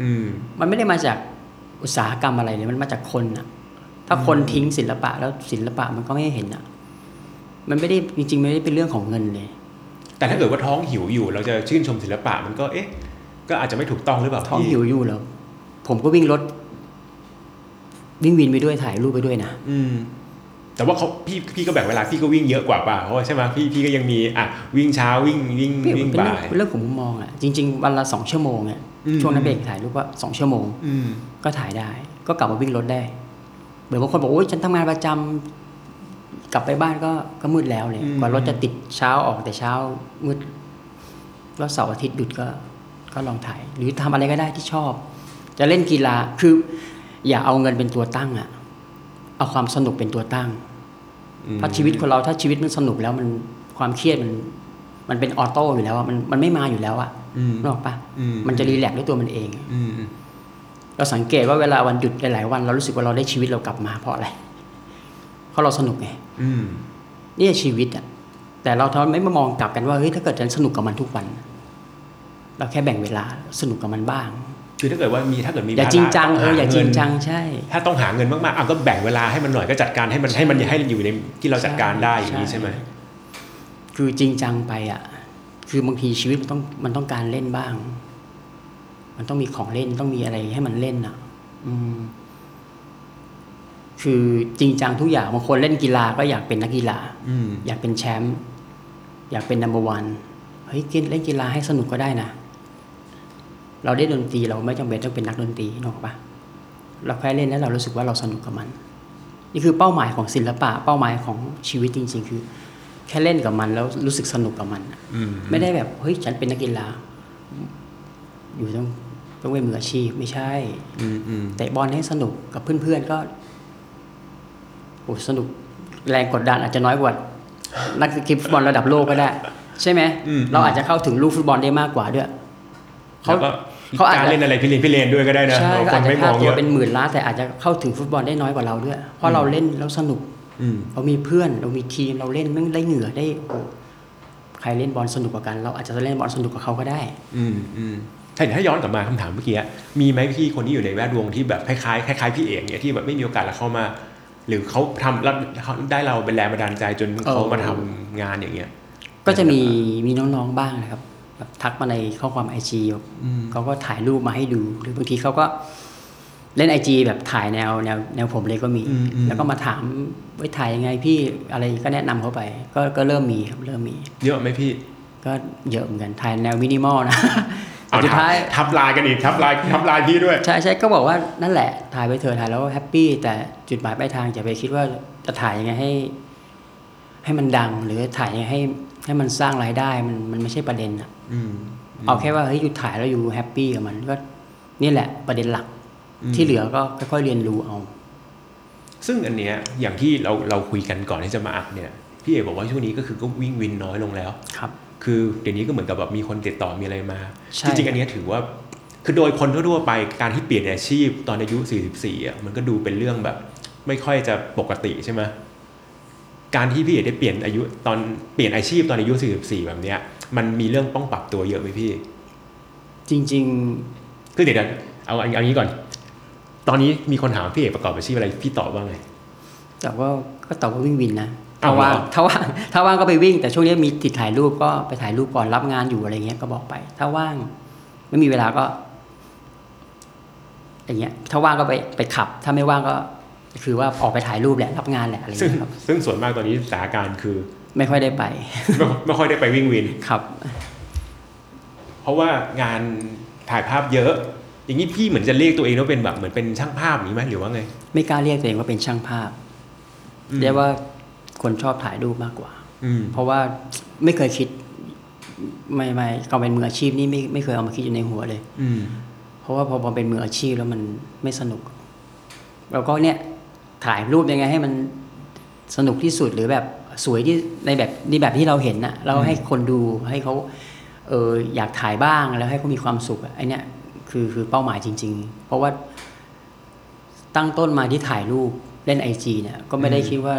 D: อืม
A: มันไม่ได้มาจากอุตสาหกรรมอะไรเลยมันมาจากคนอะถ้าคนทิ้งศิลปะแล้วศิลปะมันก็ไม่เห็นอะมันไม่ได้จริงๆไม่ได้เป็นเรื่องของเงินเลย
D: แต่ถ้าเกิดว่าท้องหิวอยู่ เราจะชื่นชมศิลปะมันก็เอ๊ะ ก็อาจจะไม่ถูกต้องหรือเปล่า
A: ท้อง
D: พี่
A: หิวอยู่แล้ว ผมก็วิ่งรถ วิ่งวินไปด้วยถ่ายรูปไปด้วยนะ
D: อืม แต่ว่าเขาพี่พี่ก็แบ่งเวลาพี่ก็วิ่งเยอะกว่าเปล่าเพราะว่าใช่ไหมพี่พี่ก็ยังมีอ่ะวิ่งเช้าวิ่งวิ่ง
A: พี่
D: วิ่ง
A: เป็นเรื่อ
D: บ่าง ย
A: เป็นเรื่องของมุมมองอะจริง ๆ วันละสองชั่วโมงเนี่ย
D: อืม
A: ช่วงนั้นเบรกถ่ายรูปว่าสองชั่วโมง
D: อืม
A: ก็ถ่ายได้ ก็กลับมาวิ่งรถได้เหมือนบางคนบอกโอ้ยฉันทำงานประจำกลับไปบ้านก็ก็มืดแล้วเลย
D: อืม
A: กว่ารถจะติดเช้าออกแต่เช้ามืดแล้วเสาร์อาทิตย์หยุดก็ ก็ลองถ่าย หรือทำอะไรก็ได้ที่ชอบ จะเล่นกีฬาคือ อย่าเอาเงินเป็นตัวตั้งอะเอาความสนุกเป็นตัวตั้ง
D: อืม
A: เพราะชีวิตคนเราถ้าชีวิตมันสนุกแล้วมันความเครียดมัน มันเป็นออโต้อยู่แล้วอะมันมันไม่มาอยู่แล้วอะ
D: อืม
A: นึกออกปะ
D: อืม
A: มันจะรีแลกซ์ด้วยตัวมันเอง
D: อืม
A: เราสังเกตว่าเวลาวันหยุดหลายๆวันเรารู้สึกว่าเราได้ชีวิตเรากลับมาเพราะอะไร เพราะเราสนุกไง
D: อืม
A: เนี่ยชีวิตอ่ะ แต่เราทำไมไม่มามองกลับกันว่าเฮ้ยถ้าเกิดฉันสนุกกับมันทุกวัน เราแค่แบ่งเวลาสนุกกับมันบ้าง
D: คือถ้าเกิดว่ามีถ้าเกิดมี
A: อย่า
D: ภะ
A: จริงจัง
D: ต้
A: เอออย่า
D: ห
A: จริง
D: น
A: จังใช่
D: ถ้าต้องหาเงินมากๆอ่ะก็แบ่งเวลาให้มันหน่อยก็จัดการให้มันให้มันให้มันอยู่ในที่เราจัดการได้อย่างนี้ใช่ไหม
A: คือจริงจังไปอ่ะ คือบางทีชีวิตมันต้องมันต้องการเล่นบ้าง มันต้องมีของเล่นต้องมีอะไรให้มันเล่นอ่ะ อืม คือจริงจังทุกอย่างบางคนเล่นกีฬาก็อยากเป็นนักกีฬา
D: อืม
A: อยากเป็นแชมป์อยากเป็นนัมเบอร์วันเฮ้ยเล่นเล่นกีฬาให้สนุกก็ได้นะ เราได้ดนตรีเราไม่จำเป็นต้องเป็นนักดนตรีนึกออกปะเราแค่เล่นแล้วเรารู้สึกว่าเราสนุกกับมัน นี่คือเป้าหมายของศิลปะ เป้าหมายของชีวิตจริง ๆ คือ แค่เล่นกับมันแล้วรู้สึกสนุกกับมันอะ
D: อืม
A: ไม่ได้แบบเฮ้ยฉันเป็นนักกีฬา อยู่ต้องต้องเป็นมืออาชีพไม่ใช่
D: อืมอืม
A: เตะบอลให้สนุกกับเพื่อนๆก็โอ้สนุกแรงกดดันอาจจะน้อยกว่า นักกีฬาฟุตบอลระดับโลกก็ได้ ใช่ไหมเราอาจจะเข้าถึงลูกฟุตบอลได้มากกว่าด้วย เขา
D: แล้วก็
A: เขาอาจ
D: กา
A: จะ
D: รเล่นอะไรพี่เลนพี่เลนด้วยก็ได้นะ
A: ใช่
D: ค
A: ก็อาจ
D: น
A: จะ
D: ไม่ม
A: ค่า
D: อง
A: ตั
D: เยว อะ
A: เป็นหมื่นล้านแต่อาจจะเข้าถึงฟุตบอลได้น้อยกว่าเราด้วย เพราะเราเล่นแล้วสนุก
D: อืม
A: เรามีเพื่อนเรามีทีมเราเล่นแม่งได้เหงื่อได้โอ้โหใครเล่นบอลสนุกกว่ากัน เราอาจจะเล่นบอลสนุกกว่าเขาก็ได้
D: อืมอืมถ้าถ้าย้อนกลับมาคำถามเมื่อกี้อะมีไหมพี่คนที่อยู่ในแวดวงที่แบบคล้ายๆคล้ายๆพี่เอกเนี่ยที่แบบไม่มีโอกาสแล้วเข้ามา หรือเขาทำแล้วเขาได้เราเป็นแรงบันดาลใจจน
A: เออ
D: เขามาทำงานอย่างเงี้ย
A: ก็จะมีมีน้องๆบ้างนะครับแบบทักมาในข้อความไอจี
D: อืม
A: เขาก็ถ่ายรูปมาให้ดู หรือบางทีเขาก็เล่นไอจีแบบถ่ายแนวแนวแนวผมเลยก็มี แล้วก็มาถามไว้ยถ่ายยังไงพี่อะไรก็แนะนำเขาไป ก็ก็เริ่มมีครับเริ่มมี
D: เยอะไหมพี่
A: ก็เยอะเหมือนกันถ่ายแนวมินิมอลนะแต่
D: เอา
A: สุด
D: ทับ
A: ท้าย
D: ทับลายกันอีกทับลายทับลายพี่ด้วย
A: ใช่ใช่ก็บอกว่านั่นแหละถ่ายไปเถอะถ่ายแล้วแฮปปี้แต่จุดหมายปลายทางจะไปคิดว่าจะถ่ายยังไงให้ ให้มันดัง หรือถ่ายยังไงให้ให้มันสร้างรายได้มันมันไม่ใช่ประเด็นอะ
D: อืม
A: เอาแค่ว่าเฮ้ยอยู่ถ่ายแล้วอยู่แฮปปี้กับมันก็นี่แหละประเด็นหลัก ที่เหลือก็ค่อยๆเรียนรู้เอา
D: ซึ่งอันเนี้ยอย่างที่เราเราคุยกันก่อนที่จะมาอัดเนี่ยพี่เอกบอกว่าช่วงนี้ก็คือก็วิ่งวินน้อยลงแล้ว
A: ครับ
D: คือเดี๋ยวนี้ก็เหมือนกับแบบมีคนติดต่อมีอะไรมา
A: ใช่
D: จริงๆ อันเนี้ยถือว่า คือโดยคนทั่วๆไปการที่เปลี่ยนอาชีพตอนอายุ 44อ่ะมันก็ดูเป็นเรื่องแบบ ไม่ค่อยจะปกติใช่ไหมการที่พี่เอกได้เปลี่ยนอายุตอนเปลี่ยนอาชีพตอนอายุ 44 แบบเนี้ยมันมีเรื่องต้องปรับตัวเยอะไหมพี่
A: จริง
D: คือเดี๋ยวๆเอาเอาเอางี้ก่อน ตอนนี้มีคนถามพี่เอกประกอบอาชีพอะไรพี่ตอบว่าไง
A: ๆ แต่ว่าก็ตอบว่าวิ่งวินนะถ้า
D: เอาเหรอ
A: ว่างถ้าว่างถ้าว่างก็ไปวิ่ง แต่ช่วงนี้มีติดถ่ายรูปก็ไปถ่ายรูปก่อนรับงานอยู่อะไรเงี้ยก็บอกไป ถ้าว่าง ไม่มีเวลาก็อย่างเงี้ยถ้าว่างก็ไปไปขับ ถ้าไม่ว่างก็ คือว่าออกไปถ่ายรูปแหละรับงานแหละอะไรอย่าง
D: ซึ่ง
A: เงี้ยครับ
D: ซึ่งส่วนมากตอนนี้สถานการณ์คือ
A: ไม่ค่อยได้ไป
D: ไม่ไม่ค่อยได้ไปวิ่งวิน
A: ครับ
D: เพราะว่างานถ่ายภาพเยอะ อย่างนี้พี่เหมือนจะเรียกตัวเองว่าเป็นแบบเหมือนเป็นช่างภาพนี้ไหมหรือว่าไง
A: ไม่กล้าเรียกตัวเองว่าเป็นช่างภาพ
D: อืม
A: เรียกว่าคนชอบถ่ายรูปมากกว่า
D: อืม
A: เพราะว่าไม่เคยคิด ไม่ไม่กาเป็นมืออาชีพนี่ไม่ไม่เคยเอามาคิดอยู่ในหัวเลย
D: อืม
A: เพราะว่าพอพอเป็นมืออาชีพแล้วมันไม่สนุกเราก็เนี่ยถ่ายรูปยังไงให้มันสนุกที่สุดหรือแบบสวยที่ในแบบในแบบที่เราเห็นน่ะ เราให้คนดูให้เขาเอออยากถ่ายบ้างแล้วให้เขามีความสุขอะไอเนี้ยคือคือเป้าหมายจริง ๆ เพราะว่าตั้งต้นมาที่ถ่ายรูปเล่นไอจีเนี่ย ก็ไม่ได้คิดว่า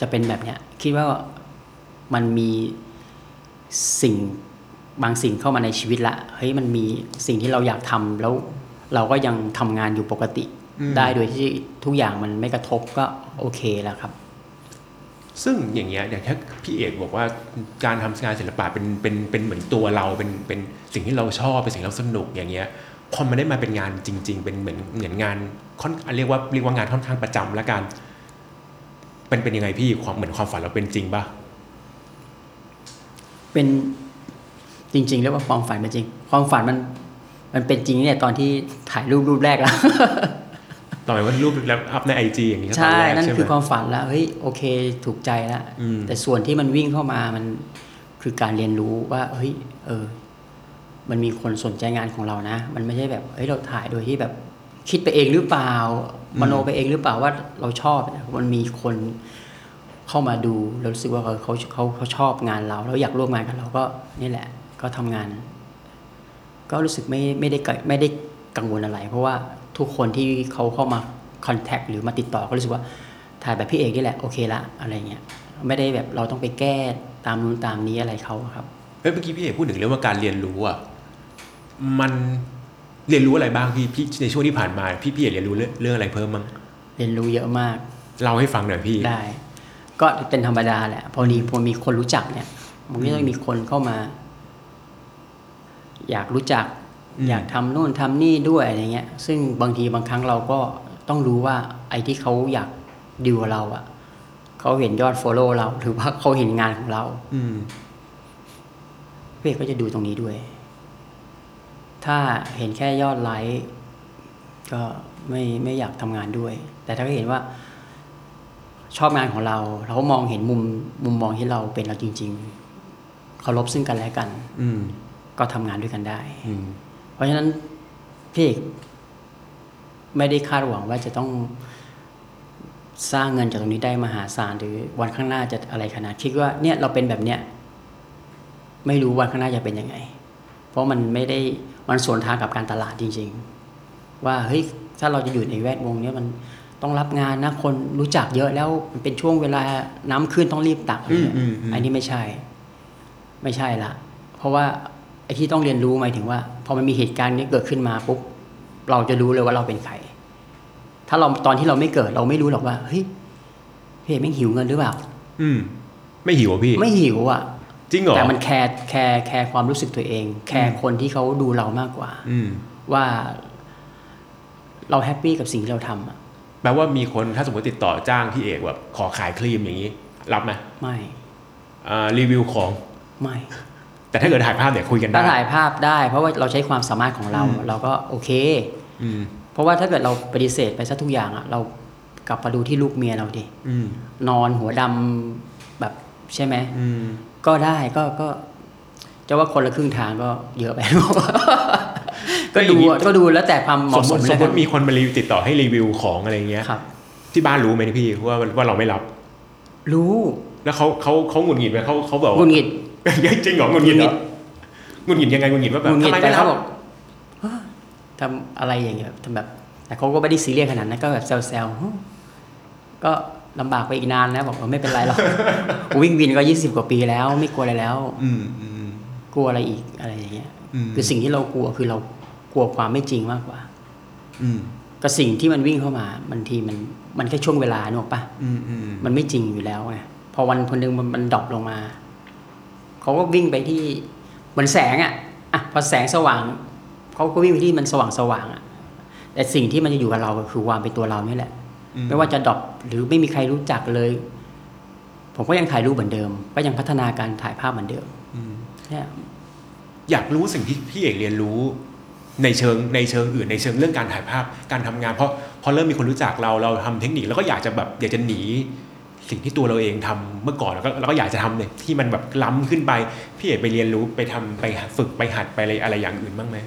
A: จะเป็นแบบเนี้ย คิดว่ามันมี สิ่งบางสิ่งเข้ามาในชีวิตละเฮ้ยมันมีสิ่งที่เราอยากทำแล้วเราก็ยังทำงานอยู่ปกติ
D: อืม
A: ได้โดยที่ทุกอย่างมันไม่กระทบก็โอเคแล้วครับ
D: ซึ่งอย่างเงี้ยอย่างถ้าพี่เอกบอกว่าการทำงานศิลปะเป็นเป็นเป็นเหมือนตัวเราเป็นเป็นสิ่งที่เราชอบเป็นสิ่งที่เราสนุกอย่างเงี้ยพอมันได้มาเป็นงานจริง ๆ เป็นเหมือนเหมือนงานค่อนเรียกว่าเรียกว่างานค่อนข้างประจำละกันเป็นเป็นยังไงพี่ความเหมือนความฝันเราเป็นจริงป่ะ
A: เป็นจริง ๆ เรียกว่าความฝันเป็นจริง ความฝันมันมันเป็นจริงเนี่ยตอนที่ถ่ายรูปรูปแรกแล้ว
D: ต่อไปว่ารูปแล้วอัพในไอจีอย่างนี้ก็ตอ
A: ใช่
D: นแรก
A: นั่น
D: ใช่ไหม
A: คือความฝันแล้วเฮ้ยโอเคถูกใจแล้ว
D: อืม
A: แต่ส่วนที่มันวิ่งเข้ามามันคือการเรียนรู้ว่าเฮ้ยเออ มันมีคนสนใจงานของเรานะ มันไม่ใช่แบบเฮ้ยเราถ่ายโดยที่แบบคิดไปเองหรือเปล่า มโนไปเองหรือเปล่าว่าเราชอบเนี่ยมันมีคนเข้ามาดูแล้วรู้สึกว่าเออเขาเขาเขาชอบงานเราแล้วอยากร่วมงานกับเราก็นี่แหละ ก็ทำงาน ก็รู้สึกไม่ไม่ได้เกิดไม่ได้กังวลอะไร เพราะว่าทุกคนที่เขาเข้ามาคอนแทคหรือมาติดต่อก็รู้สึกว่าถ่ายแบบพี่เอกนี่แหละโอเคละอะไรเงี้ยไม่ได้แบบเราต้องไปแก้ตามนู้นตามนี้อะไรเขาอะครับ
D: เฮ้ยเมื่อกี้พี่เอกพูดถึงเรื่องว่าการเรียนรู้อ่ะมันเรียนรู้อะไรบ้างพี่พี่ในช่วงที่ผ่านมาพี่พี่เอกเรียนรู้เรื่องเรื่องอะไรเพิ่มมั้ง
A: เรียนรู้เยอะมาก
D: เล่าให้ฟังหน่อยพี่
A: ได้ ก็เป็นธรรมดาแหละ พอดีพอมีคนรู้จักเนี่ยมันก็ต้องมีคนเข้ามา อยากรู้จัก อยากทำโน่นทำนี่ด้วยอะไรเงี้ย ซึ่งบางทีบางครั้งเราก็ต้องรู้ว่า ไอ้ที่เขาอยากดีลกับเราอะ่ะเขาเห็นยอด Follow เรา หรือว่าเขาเห็นงานของเรา
D: อืม
A: เพื่อนก็จะดูตรงนี้ด้วย ถ้าเห็นแค่ยอดไลค์ก็ไม่ไม่อยากทำงานด้วย แต่ถ้าเห็นว่า ชอบงานของเรา เราก็มองเห็นมุมมุมมองที่เราเป็นเราจริง ๆ เคารพซึ่งกันและกัน
D: อืม
A: ก็ทำงานด้วยกันได้
D: อืม
A: เพราะฉะนั้นพี่เอกไม่ได้คาดหวังว่าจะต้องสร้างเงินจากตรงนี้ได้มหาศาลหรือวันข้างหน้าจะอะไรขนาดคิดว่าเนี่ยเราเป็นแบบเนี้ยไม่รู้วันข้างหน้าจะเป็นยังไง เพราะมันไม่ได้มันสวนทางกับการตลาดจริง ๆ ว่าเฮ้ยถ้าเราจะอยู่ในแวดวงเนี้ยมันต้องรับงานนะคนรู้จักเยอะแล้วมันเป็นช่วงเวลาน้ำขึ้นต้องรีบตักอะไรเงี้ย
D: อืมอืมอืม
A: อันนี้ไม่ใช่ ไม่ใช่ละ เพราะว่าไอ้ที่ต้องเรียนรู้หมายถึงว่าพอมันมีเหตุการณ์นี้เกิดขึ้นมาปุ๊บเราจะรู้เลยว่าเราเป็นใคร ถ้าเราตอนที่เราไม่เกิดเราไม่รู้หรอกว่าเฮ้ยพี่เอกไม่งหิวเงินหรือเปล่า
D: อืม ไม่หิวอ่ะพี่
A: ไม่หิวอ่ะ
D: จริงเหรอ
A: แต่มันแคร์แคร์แคร์ความรู้สึกตัวเอง แคร์คนที่เขาดูเรามากกว่า
D: อืม
A: ว่าเราแฮปปี้กับสิ่งที่เราทำอะ
D: แปลว่ามีคนถ้าสมมติติดต่อจ้างพี่เอกแบบขอขายครีมอย่างนี้ รับไหม
A: ไม่
D: อ่ารีวิวของ
A: ไม่
D: แต่ถ้าเกิดถ่ายภาพเนี่ยคุยกัน
A: ถ้า
D: ได้
A: ถ่ายภาพได้ เพราะว่าเราใช้ความสามารถของเรา
D: อืม
A: เราก็โอเค
D: อืม
A: เพราะว่าถ้าเกิดเราปฏิเสธไปซะทุกอย่างอะเรากลับมาดูที่ลูกเมียเราดิ
D: อืม
A: นอนหัวดำแบบใช่ไหม
D: อืม
A: ก็ได้ก็ก็จะว่าคนละครึ่งทางก็เยอะไป
D: ก็
A: ก็
D: อย่า
A: ดู
D: งนี้
A: อะก็ดูแล้วแต่ความเห
D: ส
A: มาะ
D: ม
A: ส
D: ม
A: ม
D: ติสมมติมีคนมารีวิวติดต่อให้รีวิวของอะไรเงี้ย
A: ครับ
D: ที่บ้านรู้ไหมพี่ ว่าว่าเราไม่รับ
A: รู้
D: แล้วเขาเขาเขาหงุดหงิดไหมเขาเขาบอ
A: ห
D: ก
A: งุ
D: ว่า
A: ดหงิด
D: [laughs] จริงเหรอหงุดหงิดเหรอ
A: หงุดหงิด
D: หงุดหงิดยังไงหงุดหงิดว่า
A: ห
D: แบบ
A: งุดหงิด
D: ทำไม
A: แต่
D: ไม่รั
A: เขา
D: บ
A: บอกเฮ้ยทำอะไรอย่างเงี้ยทำแบบ แต่เขาก็ไม่ได้ซีเรียสขนาดนั้นก็แบบแซวๆฮึก็ลำบากไปอีกนานนะบอกว่าไม่เป็นไร
D: [laughs]
A: หรอก วิ่งวินก็ยี่สิบกว่าปีแล้ว ไม่กลัวอะไรแล้ว
D: อืมอืม
A: กลัวอะไรอีกอะไรอย่างเงี้ย
D: อืม
A: คือสิ่งที่เรากลัวคือเรากลัวความไม่จริงมากกว่า
D: อืม
A: กับสิ่งที่มันวิ่งเข้ามาบางทีมันมันแค่ช่วงเวลาเนกอะปะ
D: อืมอืม
A: มันไม่จริงอยู่แล้วไงพอวันคนหนึ่งมันมันดรอปลงมาเขาก็วิ่งไปที่เหมือนแสงอะอ่ะพอแสงสว่างเขาก็วิ่งไปที่มันสว่างสว่างๆอะแต่สิ่งที่มันจะอยู่กับเราก็คือความเป็นตัวเรานี่แหละ ไม่ว่าจะดรอปหรือไม่มีใครรู้จักเลย ผมก็ยังถ่ายรูปเหมือนเดิม ก็ยังพัฒนาการถ่ายภาพเหมือนเดิมเนี่ย
D: อยากรู้สิ่งที่พี่เอกเรียนรู้ในเชิงในเชิงอื่นในเชิงเรื่องการถ่ายภาพการทำงาน เพราะพอเริ่มมีคนรู้จักเราเราทำเทคนิคแล้วก็อยากจะแบบอยากจะหนี สิ่งที่ตัวเราเองทำเมื่อก่อนแล้วก็เราก็อยากจะทำเนี่ยที่มันแบบล้ำขึ้นไปพี่เอกไปเรียนรู้ไปทำไปฝึกไปหัดไปอะไรอะไรอย่างอื่นบ้างไหม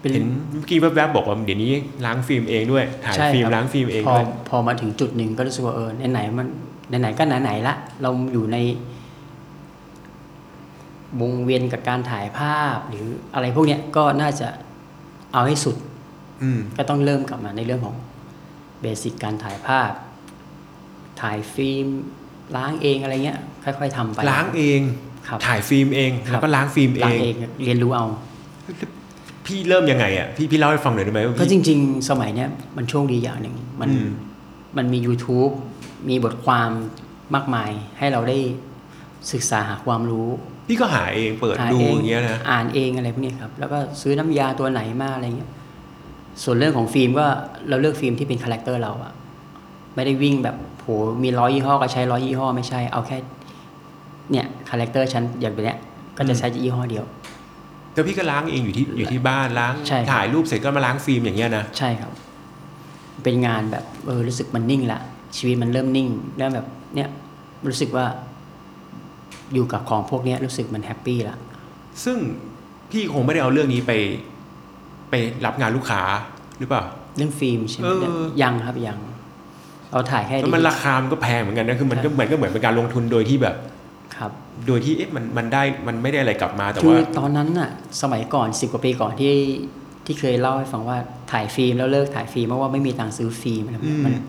A: เป็น
D: เห็นเมื่อกี้แวบๆบอกว่าเดี๋ยวนี้ล้างฟิล์มเองด้วยถ่าย
A: ใช่
D: ฟิล์ม
A: ครับ
D: ล้างฟิล์มเอง
A: พอ
D: ด้วย
A: พอมาถึงจุดหนึ่งก็รู้สึกว่าเออไหนๆมันไหนๆก็ไหนๆละเราอยู่ในวงเวียนกับการถ่ายภาพ หรืออะไรพวกเนี้ยก็น่าจะเอาให้สุด
D: อืม
A: ก็ต้องเริ่มกลับมาในเรื่องของเบสิกการถ่ายภาพ ถ่ายฟิล์ม ล้างเองอะไรเงี้ย ค่อย ๆทำไป
D: ล้างเอง
A: ครับ
D: ถ่ายฟิล์มเอง
A: ครับ
D: แล้วก็ล้างฟิล์มเอ
A: ล้าง
D: ง
A: เองเรียนรู้เอา
D: พี่เริ่มยังไงอ่ะพี่พี่เล่าให้ฟังหน่อยได้ไหมว่า
A: เพราะจ
D: พี่
A: ริง ๆ สมัยเนี้ยมันโชคดีอย่างหนึ่งมัน
D: อืม
A: มันมี YouTube มีบทความมากมาย ให้เราได้ศึกษาหาความรู้
D: พี่ก็หาเองเปิด
A: หา
D: ดูอย่างเงี้ยนะ
A: อ่านเองอะไรพวกเนี้ยครับ แล้วก็ซื้อน้ำยาตัวไหนมาอะไรเงี้ยส่วนเรื่องของฟิล์มก็เราเลือกฟิล์มที่เป็นคาแรคเตอร์เราอะไม่ได้วิ่งแบบโหมีร้อยยี่ห้อก็ใช้ร้อยยี่ห้อไม่ใช่เอาแค่เนี่ยคาแรคเตอร์ฉันอย่างเนี้ยก็จะใช้ยี่ห้อเดียว
D: แล้วพี่ก็ล้างเองอยู่ที่อยู่ที่บ้านล้าง
A: ใช่ครับ
D: ถ่ายรูปเสร็จก็มาล้างฟิล์มอย่างเงี้ยนะ
A: ใช่ครับ เป็นงานแบบเออรู้สึกมันนิ่งละชีวิตมันเริ่มนิ่งเริ่มแบบเนี่ยรู้สึกว่าอยู่กับของพวกเนี้ยรู้สึกมันแฮปปี้ละ
D: ซึ่งพี่คงไม่ได้เอาเรื่องนี้ไป ไปรับงานลูกค้าหรือเปล่า
A: เรื่องฟิล์มใช่ไหมเนี่ย
D: เออ
A: ยังครับยังเราถ่ายแค่
D: แล้วมัน
A: ดี
D: ราคามันก็แพงเหมือนกันนะคือมันก็เหมือนก็เหมือนเป็นการลงทุนโดยที่แบบ
A: ครับ
D: โดยที่เอ๊ะมันมันได้มันไม่ได้อะไรกลับมาแต่
A: คือ
D: ว่า
A: ตอนนั้นน่ะสมัยก่อนสิบกว่าปีก่อนที่ที่เคยเล่าให้ฟังว่าถ่ายฟิล์มแล้วเลิกถ่ายฟิล์มเพราะว่าไม่มีตังค์ซื้อฟิล์มอะไรแบบเนี้ยมัน
D: อืม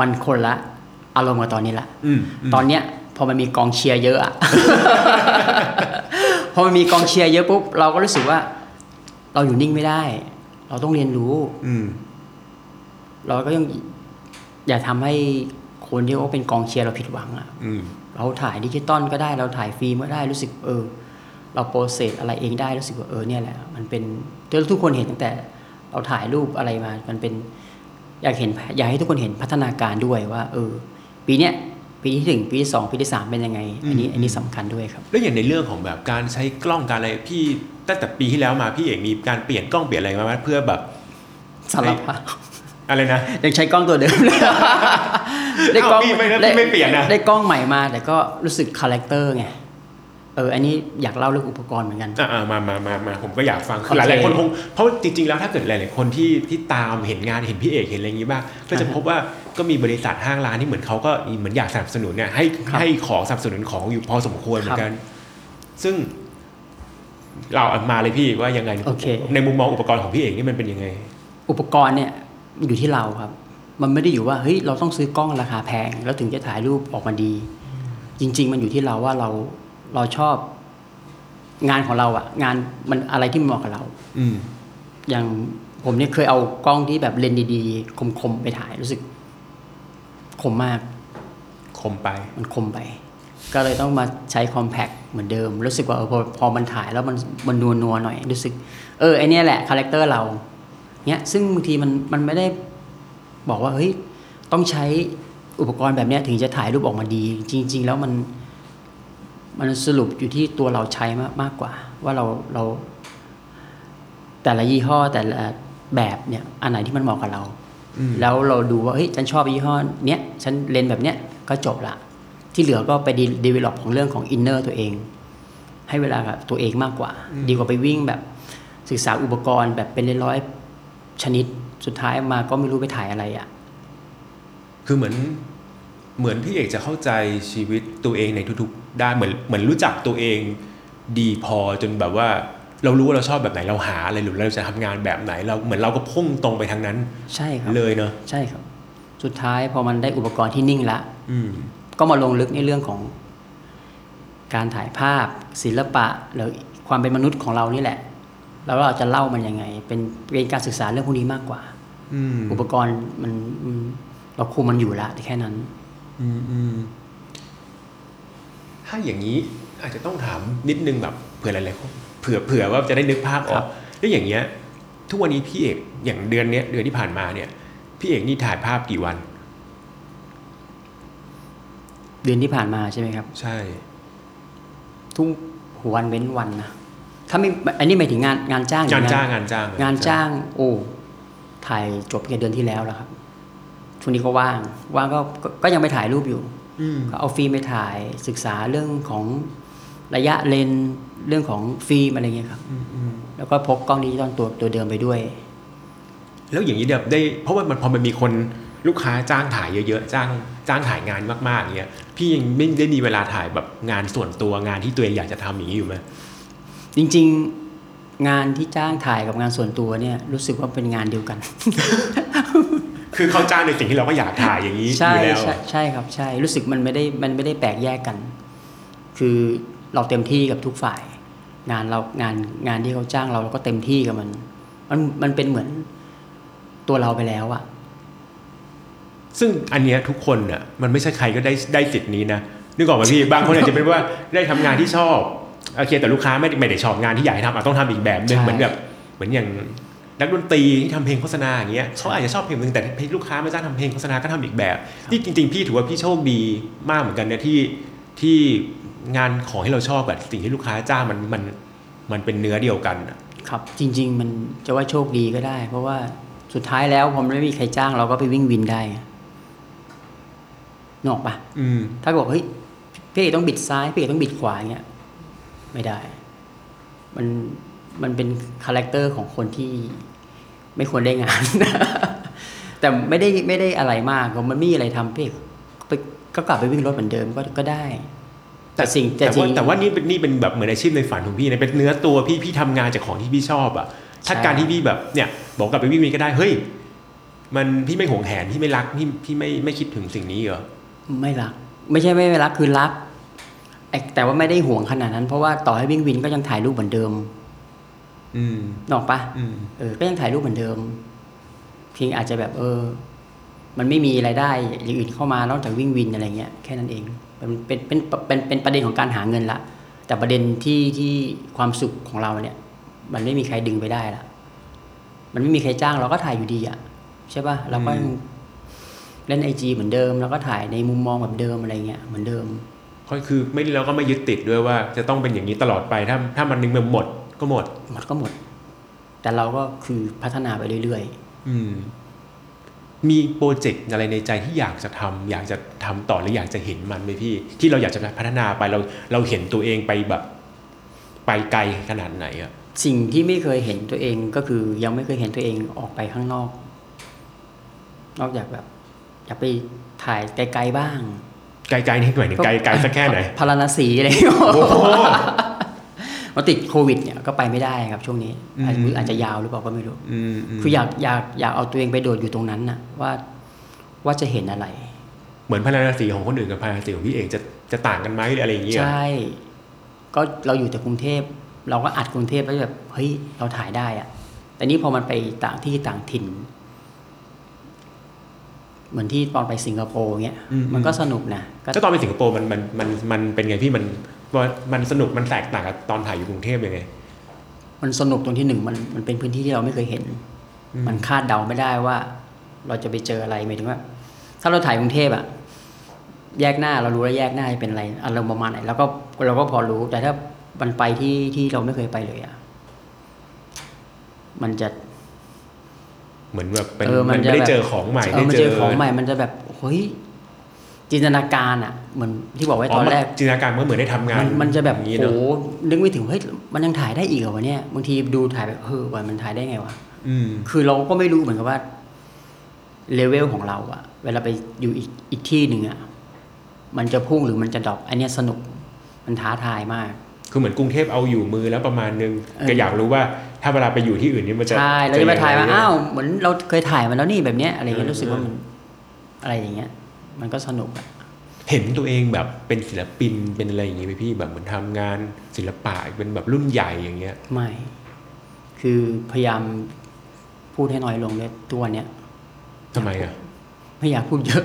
A: มันคนละอารมณ์กับตอนนี้ละ
D: อืมม
A: ตอนเนี้ยพอมันมีกองเชียร์เยอะ [laughs] อะ พอมันมีกองเชียร์เยอะปุ๊บเราก็รู้สึกว่า เราอยู่นิ่งไม่ได้ เราต้องเรียนรู้
D: อืม
A: เราก็ยังอย่าทำให้คนที่เขาเป็นกองเชียร์เราผิดหวังอะ
D: อืม
A: เราถ่ายดิจิตอลก็ได้ เราถ่ายฟิล์มก็ได้รู้สึกเออ เราโปรเซสอะไรเองได้รู้สึกว่าเออเนี่ยแหละ มันเป็นทุกคนเห็นตั้งแต่ เราถ่ายรูปอะไรมา มันเป็น อยากเห็นอยากให้ทุกคนเห็นพัฒนาการด้วยว่า เออ ปีเนี้ยปีที่หนึ่งปีที่สองปีที่สามเป็นยังไง อันนี้อันนี้สำคัญด้วยครับ
D: แล้วอย่างในเรื่องของแบบการใช้กล้องการอะไรพี่ตั้งแต่ปีที่แล้วมาพี่เอกมีการเปลี่ยนกล้องเปลี่ยนอะไรมาไหมเพื่อแบบ
A: สารภาพ
D: อะไรนะ
A: ยังใช้กล้องตัวเดิมเลย
D: อ้าวพี่ไม่นะ
A: ด้
D: พี่ไม่เปลี่ยนนะ
A: ได้กล้องใหม่มา แต่ก็รู้สึกคาแรคเตอร์ไงเอออันนี้อยากเล่าเรื่องอุปกรณ์เหมือนกัน
D: อ่าๆมามามามาผมก็อยากฟัง
A: โอ
D: ห
A: เค
D: ลายหลายๆคนคง เพราะจริง ๆ แล้วถ้าเกิดหลาย ๆ คนที่ที่ตามเห็นงานเห็นพี่เอกเห็นอะไรอย่างนี้บ้าง ก็จะ
A: อ่าฮะ
D: พบว่าก็มีบริษัทห้างร้านที่เหมือนเขาก็เหมือนอยากสนับสนุนเนี่ยให้
A: ครับ
D: ให้ของสนับสนุนของอยู่พอสมควรเหมือนกัน ซึ่งเราเอามาเลยพี่ว่ายังไง
A: โอเค
D: ในมุมมองอุปกรณ์ของพี่เอกนี่มันเป็นยังไง
A: อุปกรณ์เนี่ยอยู่ที่เราครับ มันไม่ได้อยู่ว่าเฮ้ยเราต้องซื้อกล้องราคาแพง แล้วถึงจะถ่ายรูปออกมาดี จริง ๆ มันอยู่ที่เราว่าเราเราชอบงานของเราอะงานมันอะไรที่มันเหมาะกับเรา
D: อืม
A: อย่างผมเนี่ยเคยเอากล้องที่แบบเลนส์ดีๆ คมๆ ไปถ่ายรู้สึกคมมาก
D: คมไป
A: มันคมไป ก็เลยต้องมาใช้คอมแพ t เหมือนเดิม รู้สึกว่าเออพอพอมันถ่ายแล้วมันมันนัวนัวๆหน่อยรู้สึก เออไอเนี้ยแหละคาแรคเตอร์เราเนี้ยซึ่งบางทีมันมันไม่ได้บอกว่าเฮ้ยต้องใช้อุปกรณ์แบบเนี้ยถึงจะถ่ายรูปออกมาดี จริง ๆ แล้วมัน มันสรุปอยู่ที่ตัวเราใช้มากมากกว่า ว่าเราเรา แต่ละยี่ห้อแต่ละแบบเนี่ยอันไหนที่มันเหมาะกับเรา แล้วเราดูว่าเฮ้ยฉันชอบยี่ห้อเนี้ยฉันเลนส์แบบเนี้ยก็จบละ ที่เหลือก็ไปดีเวล็อปของเรื่องของอินเนอร์ตัวเอง ให้เวลากับตัวเองมากกว่า ดีกว่าไปวิ่งแบบศึกษาอุปกรณ์แบบเป็นร้อยๆชนิดสุดท้ายมาก็ไม่รู้ไปถ่ายอะไรอ่ะ
D: คือเหมือนเหมือนพี่เอกจะเข้าใจชีวิตตัวเองในทุกๆด้านเหมือนเหมือนรู้จักตัวเองดีพอจนแบบว่า เรารู้ว่าเราชอบแบบไหนเราหาอะไรหรือเราจะทำงานแบบไหน เราเหมือนเราก็พุ่งตรงไปทางนั้น
A: ใช่ครับ
D: เลยเนอะ
A: ใช่ครับ สุดท้ายพอมันได้อุปกรณ์ที่นิ่งละ
D: อืม
A: ก็มาลงลึกในเรื่องของการถ่ายภาพ ศิลปะหรือความเป็นมนุษย์ของเรานี่แหละ แล้วเราจะเล่ามันยังไง เป็นเป็นการศึกษาเรื่องพวกนี้มากกว่า
D: อืม
A: อุปกรณ์มันอืมเราคุมมันอยู่ละแต่แค่นั้น
D: อืมอืมถ้าอย่างนี้อาจจะต้องถามนิดนึงแบบเผื่อหลายๆคนเผื่อเผื่อว่าจะได้นึกภาพออกแล้วอย่างเงี้ย ทุกวันนี้พี่เอกอย่างเดือนเนี้ยเดือนที่ผ่านมาเนี่ย พี่เอกนี่ถ่ายภาพกี่วัน
A: เดือนที่ผ่านมาใช่ไหมครับ
D: ใช่
A: ทุกวันเว้นวันนะถ้าไม่อันนี้หมายถึงงานงานจ้างหรือง
D: านจ้างงานจ้าง
A: งานจ้าง โอ้ถ่ายจบแค่เดือนที่แล้วแล้วครับช่วงนี้ก็ว่างว่างก็ก็ก็ยังไปถ่ายรูปอยู่
D: อืม
A: ก็เอาฟิล์มไปถ่ายศึกษาเรื่องของระยะเลนส์เรื่องของฟิล์มอะไรเงี้ยครับแล้วก็พกกล้องดิจิตอลตัวตัวเดิมไปด้วย
D: แล้วอย่างนี้เดี๋ยวได้เพราะว่ามันพอมันมีคนลูกค้าจ้างถ่ายเยอะๆจ้างจ้างถ่ายงานมากๆอย่างเงี้ยพี่ยังไม่ได้มีเวลาถ่ายแบบงานส่วนตัวงานที่ตัวเองอยากจะทำอย่างนี้อยู่ไหม
A: จริงๆงานที่จ้างถ่ายกับงานส่วนตัวเนี่ย รู้สึกว่าเป็นงานเดียวกัน
D: คือเขาจ้างในสิ่งที่เราก็อยากถ่ายอย่างนี้อ
A: ใช่
D: ยู่แล้ว
A: ใช่ใช่ครับใช่รู้สึกมันไม่ได้มันไม่ได้แปลกแยกกัน คือเราเต็มที่กับทุกฝ่าย งานเรางานงานที่เขาจ้างเราเราก็เต็มที่กับมัน มันมันเป็นเหมือนตัวเราไปแล้วอะ
D: ซึ่งอันเนี้ยทุกคนอ่ะมันไม่ใช่ใครก็ได้ได้สิทธิ์นี้นะนึกออกไหมพี่ บางคนอาจจะเป็นว่าได้ทำงานที่ชอบโอเคแต่ลูกค้าไม่ไม่ได้ชอบงานที่อยากให้ทำอ่ะต้องทำอีกแบบหนึงเหมือนแบบเหมือนอย่างนักดนตรีที่ทำเพลงโฆษณาอย่างเงี้ยเขาอาจจะชอบเพลงหนึงแต่ลูกค้าไม่จ้างทำเพลงโฆษณาก็ทำอีกแบบนี่จริง ๆ พี่ถือว่าพี่โชคดีมากเหมือนกันนะที่ที่งานของที่เราชอบกับสิ่งที่ลูกค้าจ้างมันมันมันเป็นเนื้อเดียวกันอะ
A: ครับ จริง ๆ มันจะว่าโชคดีก็ได้ เพราะว่าสุดท้ายแล้วพอมันไม่มีใครจ้างเราก็ไปวิ่งวินได้ไงนึกออกปะ
D: อืม
A: ถ้าบอกเฮ้ยพี่เอกต้องบิดซ้ายพี่เอกต้องบิดขวาอย่างเงี้ยไม่ได้ มันมันเป็นคาแรคเตอร์ของคนที่ไม่ควรได้งาน [laughs] แต่ไม่ได้ไม่ได้อะไรมากมันไม่มีอะไรทำพี่เอกไปก็กลับไปวิ่งรถเหมือนเดิมก็ก็ได้ แต่สิ่งแต่
D: แต่
A: สิ่
D: ว่าง แต่ว่านี่เป็นนี่เป็นแบบเหมือนอาชีพในฝันของพี่นะเป็นเนื้อตัวพี่พี่ทำงานจากของที่พี่ชอบอะ่ะถ้า
A: ใช่
D: การที่พี่แบบเนี่ย บอกกลับไปวิ่งวินก็ได้เฮ้ยมันพี่ไม่หวงแหนพี่ไม่รักพี่พี่ไม่ไม่คิดถึงสิ่งนี้เหรอ
A: ไม่รัก ไม่ใช่ไม่รักคือรักไอ้แต่ว่าไม่ได้ห่วงขนาดนั้น เพราะว่าต่อให้วิ่งวินก็ยังถ่ายรูปเหมือนเดิม
D: อืม
A: นกออกปะ
D: อืม
A: เออก็ยังถ่ายรูปเหมือนเดิม เพียงอาจจะแบบ เออ มันไม่มีรายได้อย่างอื่นเข้ามานอกจากวิ่งวินอะไรเงี้ยแค่นั้นเองเป็นเป็นเป็นเป็นเป็นประเด็นของการหาเงินละแต่ประเด็นที่ที่ความสุขของเราเนี่ย มันไม่มีใครดึงไปได้ละมันไม่มีใครจ้างเราก็ถ่ายอยู่ดีอะใช่ปะ่ะเราก็ยังเล่นไอจีเหมือนเดิมแล้วก็ถ่ายในมุมมองแบบเดิมอะไรเงี้ยเหมือนเดิม
D: ก็คือไม่เราก็ไม่ยึดติดด้วยว่า จะต้องเป็นอย่างนี้ตลอดไปถ้าถ้ามันหนึงมันหมดก็หมด
A: หมดก็หมด แต่เราก็คือพัฒนาไปเรื่อย
D: อืม มีโปรเจกต์อะไรในใจที่อยากจะทำอยากจะทำต่อหรืออยากจะเห็นมันไหมพี่ ที่เราอยากจะพัฒนาไปเราเราเห็นตัวเองไปแบบ ไปไกลขนาดไหนอะ
A: ๆ สิ่งที่ไม่เคยเห็นตัวเองก็คือยังไม่เคยเห็นตัวเองออกไปข้างนอก นอกจากแบบ อยากไปถ่ายไกลๆบ้าง
D: ไกลๆนี่หน่อยหนึ่งไกลๆสักแค่ไหน
A: [laughs] พาราณสีอะไร
D: [laughs]
A: อย่างเงี้ยมาติดโควิด เนี่ยก็ไปไม่ได้ครับช่วงนี้อาจจะ
D: อืม
A: อาจจะยาวหรือเปล่าก็ไม่รู้
D: อืมๆ
A: คืออยากอยากอยากเอาตัวเองไปโดดอยู่ตรงนั้นน่ะ ว่าว่าจะเห็นอะไร
D: เหมือนพลังสีของคนอื่นกับพลังสีของพี่เอกจะจะต่างกันไหมหรืออะไรอย่างเงี้ย
A: ใช่ ก็เราอยู่แต่กรุงเทพ เราก็อัดกรุงเทพแล้วแบบเฮ้ยเราถ่ายได้อะแต่นี่พอมันไปต่างที่ต่างถิ่น เหมือนที่ตอนไปสิงคโปร์เงี้ย มันก็สนุกนะก็
D: ก็ตอนไปสิงคโปร์มันมันมันมันเป็นไงพี่มันว่ามันสนุกมันแตกต่างกับตอนถ่ายอยู่กรุงเทพยังไง
A: มันสนุกตรงที่หนึ่งมันมันเป็นพื้นที่ที่เราไม่เคยเห็น มันคาดเดาไม่ได้ว่า เราจะไปเจออะไรหมายถึงว่า ถ้าเราถ่ายกรุงเทพอะแยกหน้าเรารู้แล้วแยกหน้าจะเป็นอะไรอารมณ์ประมาณไหนแล้วก็เราก็พอรู้ แต่ถ้ามันไปที่ที่เราไม่เคยไปเลยอะมันจะ
D: เหมือนแบบเป็น
A: เออมั
D: มัน น
A: จะ
D: ไม่ได้
A: แบบ
D: เจอของใหม่
A: เออมัน
D: ไม่
A: เจอของใหม่มันจะแบบเฮ้ยจินตนาการอ่ะ เหมือนที่บอกไว้ตอนแรก
D: จินตนาการมันก็เหมือนได้ทำงาน
A: มันมันจะแบบ
D: อย่า
A: โอ้
D: งนี้เนอะ
A: โหนึกไม่ถึงเฮ้ยมันยังถ่ายได้อีกเหรอวะเนี่ยบางทีดูถ่ายแบบเฮ้ยวันมันถ่ายได้ไงวะ
D: อืม
A: คือเราก็ไม่รู้เหมือนกับว่าเลเวลของเราอะเวลาไปอยู่อีกอีกที่หนึ่งอะมันจะพุ่งหรือมันจะดรอปอันเนี้ยสนุกมันท้าทายมาก
D: คือเหมือนกรุงเทพเอาอยู่มือแล้วประมาณนึง
A: เออ
D: ก็อยากรู้ว่าถ้าเวลาไปอยู่ที่อื่นนี่มันจะ
A: ใช่แล้วจะมาถ่ายมา
D: จะงไง
A: อ้าวเหมือนเราเคยถ่ายมาแล้วนี่แบบเนี้ยอะไรเงี้ย
D: เออ
A: รู้สึกว่ามันอะไรอย่างเงี้ย มันก็สนุกอะ
D: เห็นตัวเองแบบเป็นศิลปินเป็นอะไรอย่างงี้ไหมพี่แบบเหมือนทำงานศิลปะเป็นแบบรุ่นใหญ่อย่างเงี้ย
A: ไม่ คือพยายามพูดให้น้อยลงเลยตัวเนี้ย
D: ทำไมอ่ะ
A: ไม่อยากพูดเยอะ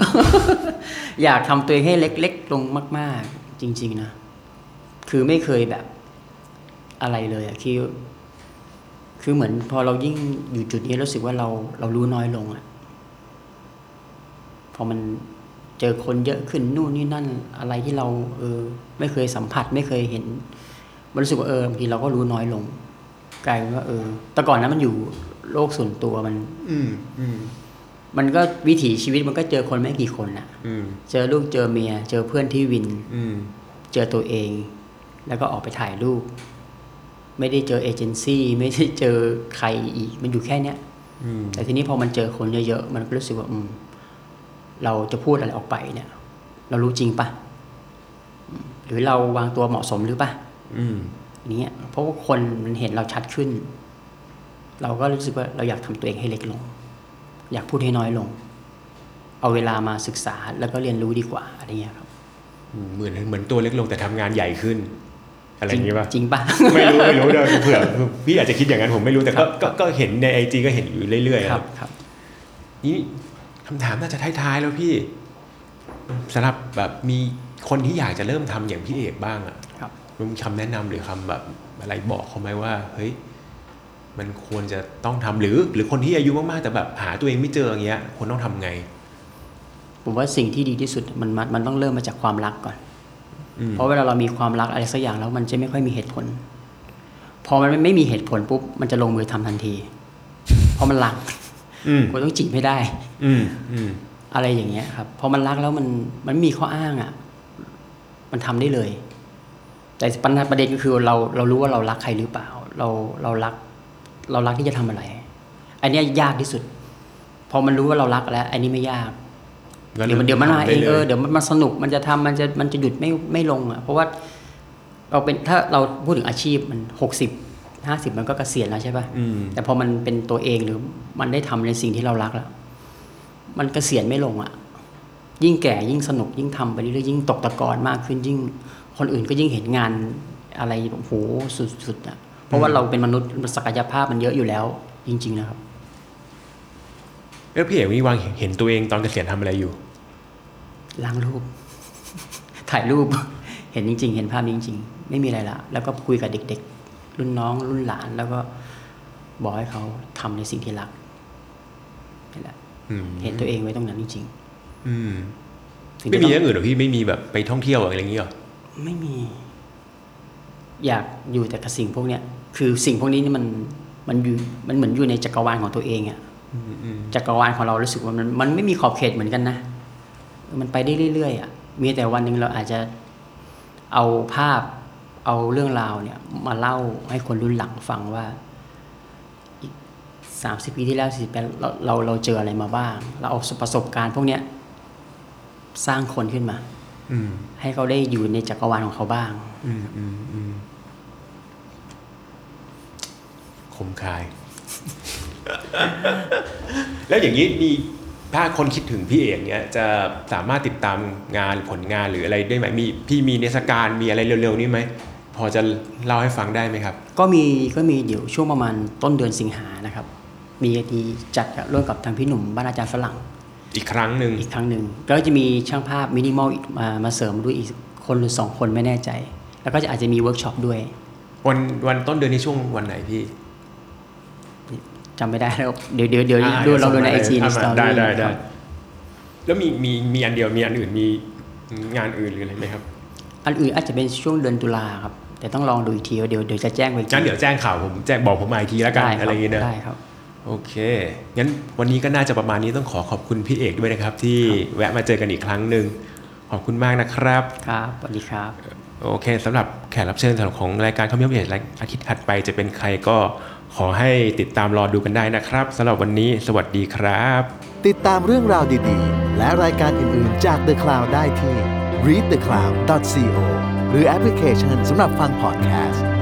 A: [laughs] อยากทำตัวเองให้เล็ก ๆ ลงมาก ๆ จริง ๆ นะ คือไม่เคยแบบอะไรเลยอะคือคือเหมือนพอเรายิ่งอยู่จุดนี้รู้สึกว่าเราเรารู้น้อยลงอะ พอมันเจอคนเยอะขึ้นนู่นนี่นั่นอะไรที่เราเออไม่เคยสัมผัสไม่เคยเห็นมันรู้สึกว่าเออบางทีเราก็รู้น้อยลง กลายเป็นว่าเออ แต่ก่อนนั้นมันอยู่โลกส่วนตัวมัน
D: อืมอืม
A: มันก็วิถีชีวิตมันก็เจอคนไม่กี่คนน่ะ
D: อืม
A: เจอลูกเจอเมีย เจอเพื่อนที่วิน
D: อืม
A: เจอตัวเอง แล้วก็ออกไปถ่ายรูป ไม่ได้เจอเอเจนซี่ไม่ได้เจอใครอีก มันอยู่แค่เนี้ย
D: อืม
A: แต่ทีนี้พอมันเจอคนเยอะๆ มันก็รู้สึกว่าอืมเราจะพูดอะไรออกไปเนี่ย เรารู้จริงปะอืมหรือเราวางตัวเหมาะสมหรือปะ
D: อืม
A: อย่างเงี้ยเพราะว่าคนมันเห็นเราชัดขึ้น เราก็รู้สึกว่าเราอยากทำตัวเองให้เล็กลง อยากพูดให้น้อยลง เอาเวลามาศึกษาแล้วก็เรียนรู้ดีกว่าอะไรเงี้ยครับ
D: อืมเหมือนเหมือนตัวเล็กลงแต่ทำงานใหญ่ขึ้น อะไรอย่างนี้ป่ะ
A: จริงปะ
D: ไม่รู้ไม่รู้เดี๋ยวเผื่อพี่อาจจะคิดอย่างนั้นผมไม่รู้แต่ก็ก็ก็เห็นในไอจีก็เห็นอยู่เรื่อย
A: ค
D: ๆค
A: รั
D: รั
A: บบ ครับ
D: นี่คำถามน่าจะท้ายๆแล้วพี่สำหรับแบบมีคนที่อยากจะเริ่มทำอย่างพี่เอกบ้างอะ
A: ครับ
D: มีคำแนะนำหรือคำแบบอะไรบอกเขาไหมว่าเฮ้ยมันควรจะต้องทำหรือ หรือคนที่อายุมากๆแต่แบบหาตัวเองไม่เจออย่างเงี้ยควรต้องทำไง
A: ผมว่าสิ่งที่ดีที่สุดมันมันมันต้องเริ่มมาจากความรักก่อน เพราะเวลาเรามีความรักอะไรสักอย่างแล้วมันจะไม่ค่อยมีเหตุผล พอมันไม่ไม่มีเหตุผลปุ๊บมันจะลงมือทำทันที เพราะมันรัก
D: อืม
A: ผมต้องจีบให้ได้
D: อืมอืม
A: อะไรอย่างเงี้ยครับพอมันรักแล้วมันมันไม่มีข้ออ้างอะ่ะ มันทำได้เลย แต่ปัญหาประเด็นก็คือเราเรารู้ว่าเรารักใครหรือเปล่า เราเรารัก เรารักที่จะทำอะไร อันเนี้ยยากที่สุด พอมันรู้ว่าเรารักแล้ว อันนี้ไม่ยาก เดี๋ยวมันเดี๋ยวมันมาเองเออเดี๋ยวมันมันสนุกมันจะทำมันจะมันจะหยุดไม่ไม่ลงอ่ะเพราะว่าเราเป็นถ้าเราพูดถึงอาชีพมันหกสิบห้าสิบมันก็เกษียณแล้วใช่ป่ะ
D: อืม
A: แต่พอมันเป็นตัวเองหรือมันได้ทำในสิ่งที่เรารักแล้ว มันเกษียณไม่ลงอ่ะ ยิ่งแก่ยิ่งสนุกยิ่งทำไปเรื่อยๆยิ่งตกตะกอนมากขึ้นยิ่งคนอื่นก็ยิ่งเห็นงานอะไรโอ้โหสุดๆอ่ะเพราะว่าเราเป็นมนุษย์ศักยภาพมันเยอะอยู่แล้ว จริง ๆ นะครับ
D: เออพี่เอกนี่วางเห็นตัวเองตอนเกษียณทำอะไรอยู่
A: ล้างรูป [laughs] ถ่ายรูป [laughs] เห็นจริง ๆ เห็นภาพจริง ๆ ไม่มีอะไรละ แล้วก็คุยกับเด็ก ๆ รุ่นน้อง รุ่นหลาน แล้วก็บอกให้เขาทำในสิ่งที่รักนี่แหละ
D: อืม
A: เห็นตัวเองไว้ตรงนั้นจริง
D: อืม
A: ๆถึงจะ
D: ไม่มี
A: ต้
D: อ
A: อง
D: ย่างอื่นเหรอพี่ไม่มีแบบไปท่องเที่ยวอะไรอย่างเงี้ยหรอ
A: ไม่มี อยากอยู่แต่กับสิ่งพวกเนี้ยคือสิ่งพวกนี้นี่มันมันอยู่มันเหมือนอยู่ในจักรวาลของตัวเองอะ
D: อืมอืม
A: จักรวาลของเรารู้สึกว่ามันมันไม่มีขอบเขตเหมือนกันนะเออมันไปได้เรื่อยๆอ่ะมีแต่วันหนึ่งเราอาจจะเอาภาพเอาเรื่องราวเนี่ย มาเล่าให้คนรุ่นหลังฟังว่าอีกสามสิบปีที่แล้วสี่สิบปีเราเราเราเจออะไรมาบ้าง เราเอาประสบการณ์พวกเนี้ยสร้างคนขึ้นมา
D: อืม
A: ให้เขาได้อยู่ในจักรวาลของเขาบ้าง
D: อืมอืมอืมคมคาย [laughs] แล้วอย่างนี้มีถ้าคนคิดถึงพี่เอกเนี้ยจะสามารถติดตามงานผลงานหรืออะไรได้ไหมมีพี่มีเนรรศการมีอะไรเร็วๆนี้ไหม พอจะเล่าให้ฟังได้ไหมครับ
A: ก็มีก็มีเดี๋ยวช่วงประมาณต้นเดือนสิงหานะครับ มีดีจัดกับร่วมกับทางพี่หนุ่มบ้านอาจารย์ฝรั่ง
D: อีกครั้งหนึ่ง
A: อีกครั้งหนึ่งก็จะมีช่างภาพมินิมอลมามาเสริมด้วยอีกคนหรือสองคนไม่แน่ใจ แล้วก็จะอาจจะมีเวิร์กช็อปด้วย
D: วันวันต้นเดือนนี้ช่วงวันไหนพี่
A: จำไม่ได้แล้วเดี๋ยวเดี๋ยวเดี๋ยว
D: อ่า
A: ดู
D: เดี๋ยว
A: เราดูในไอจีใน
D: ส่ง
A: ส
D: มา
A: ตอรี่
D: เลยอ่าได้ได้
A: ค
D: ได้
A: รับ
D: แล้วมีมีมีอันเดียวมีอันอื่นมีงานอื่นหรืออะไรไหมครับ
A: อันอื่นอาจจะเป็นช่วงเดือนตุลาครับ แต่ต้องลองดูอีกทีว่าเดี๋ยวเดี๋ยวจะแจ้งไป
D: งั้นเดี๋ยวแจ้งข่าวผมแจ้งบอกผมมาอีกทีแล้วกันอะไรอย่างเงี้ยนะ
A: ได้ครับ
D: โอเค งั้นวันนี้ก็น่าจะประมาณนี้ต้องขอขอบคุณพี่เอกด้วยนะครับ ที่แวะมาเจอกันอีกครั้งหนึ่งขอบคุณมากนะครับ
A: ครับสวัสดีครับ
D: โอเคสำหรับแขกรับเชิญสำหรับของรายการคอมมิวนิเคชันอาทิตย์ถัดไปจะเป็นใครก็ขอให้ติดตามรอดูกันได้นะครับสำหรับวันนี้สวัสดีครับ
B: ติดตามเรื่องราวดีๆ และรายการอื่นๆจาก The Cloud ได้ที่ readthecloud.co หรือแอปพลิเคชันสำหรับฟังพอดแคสต์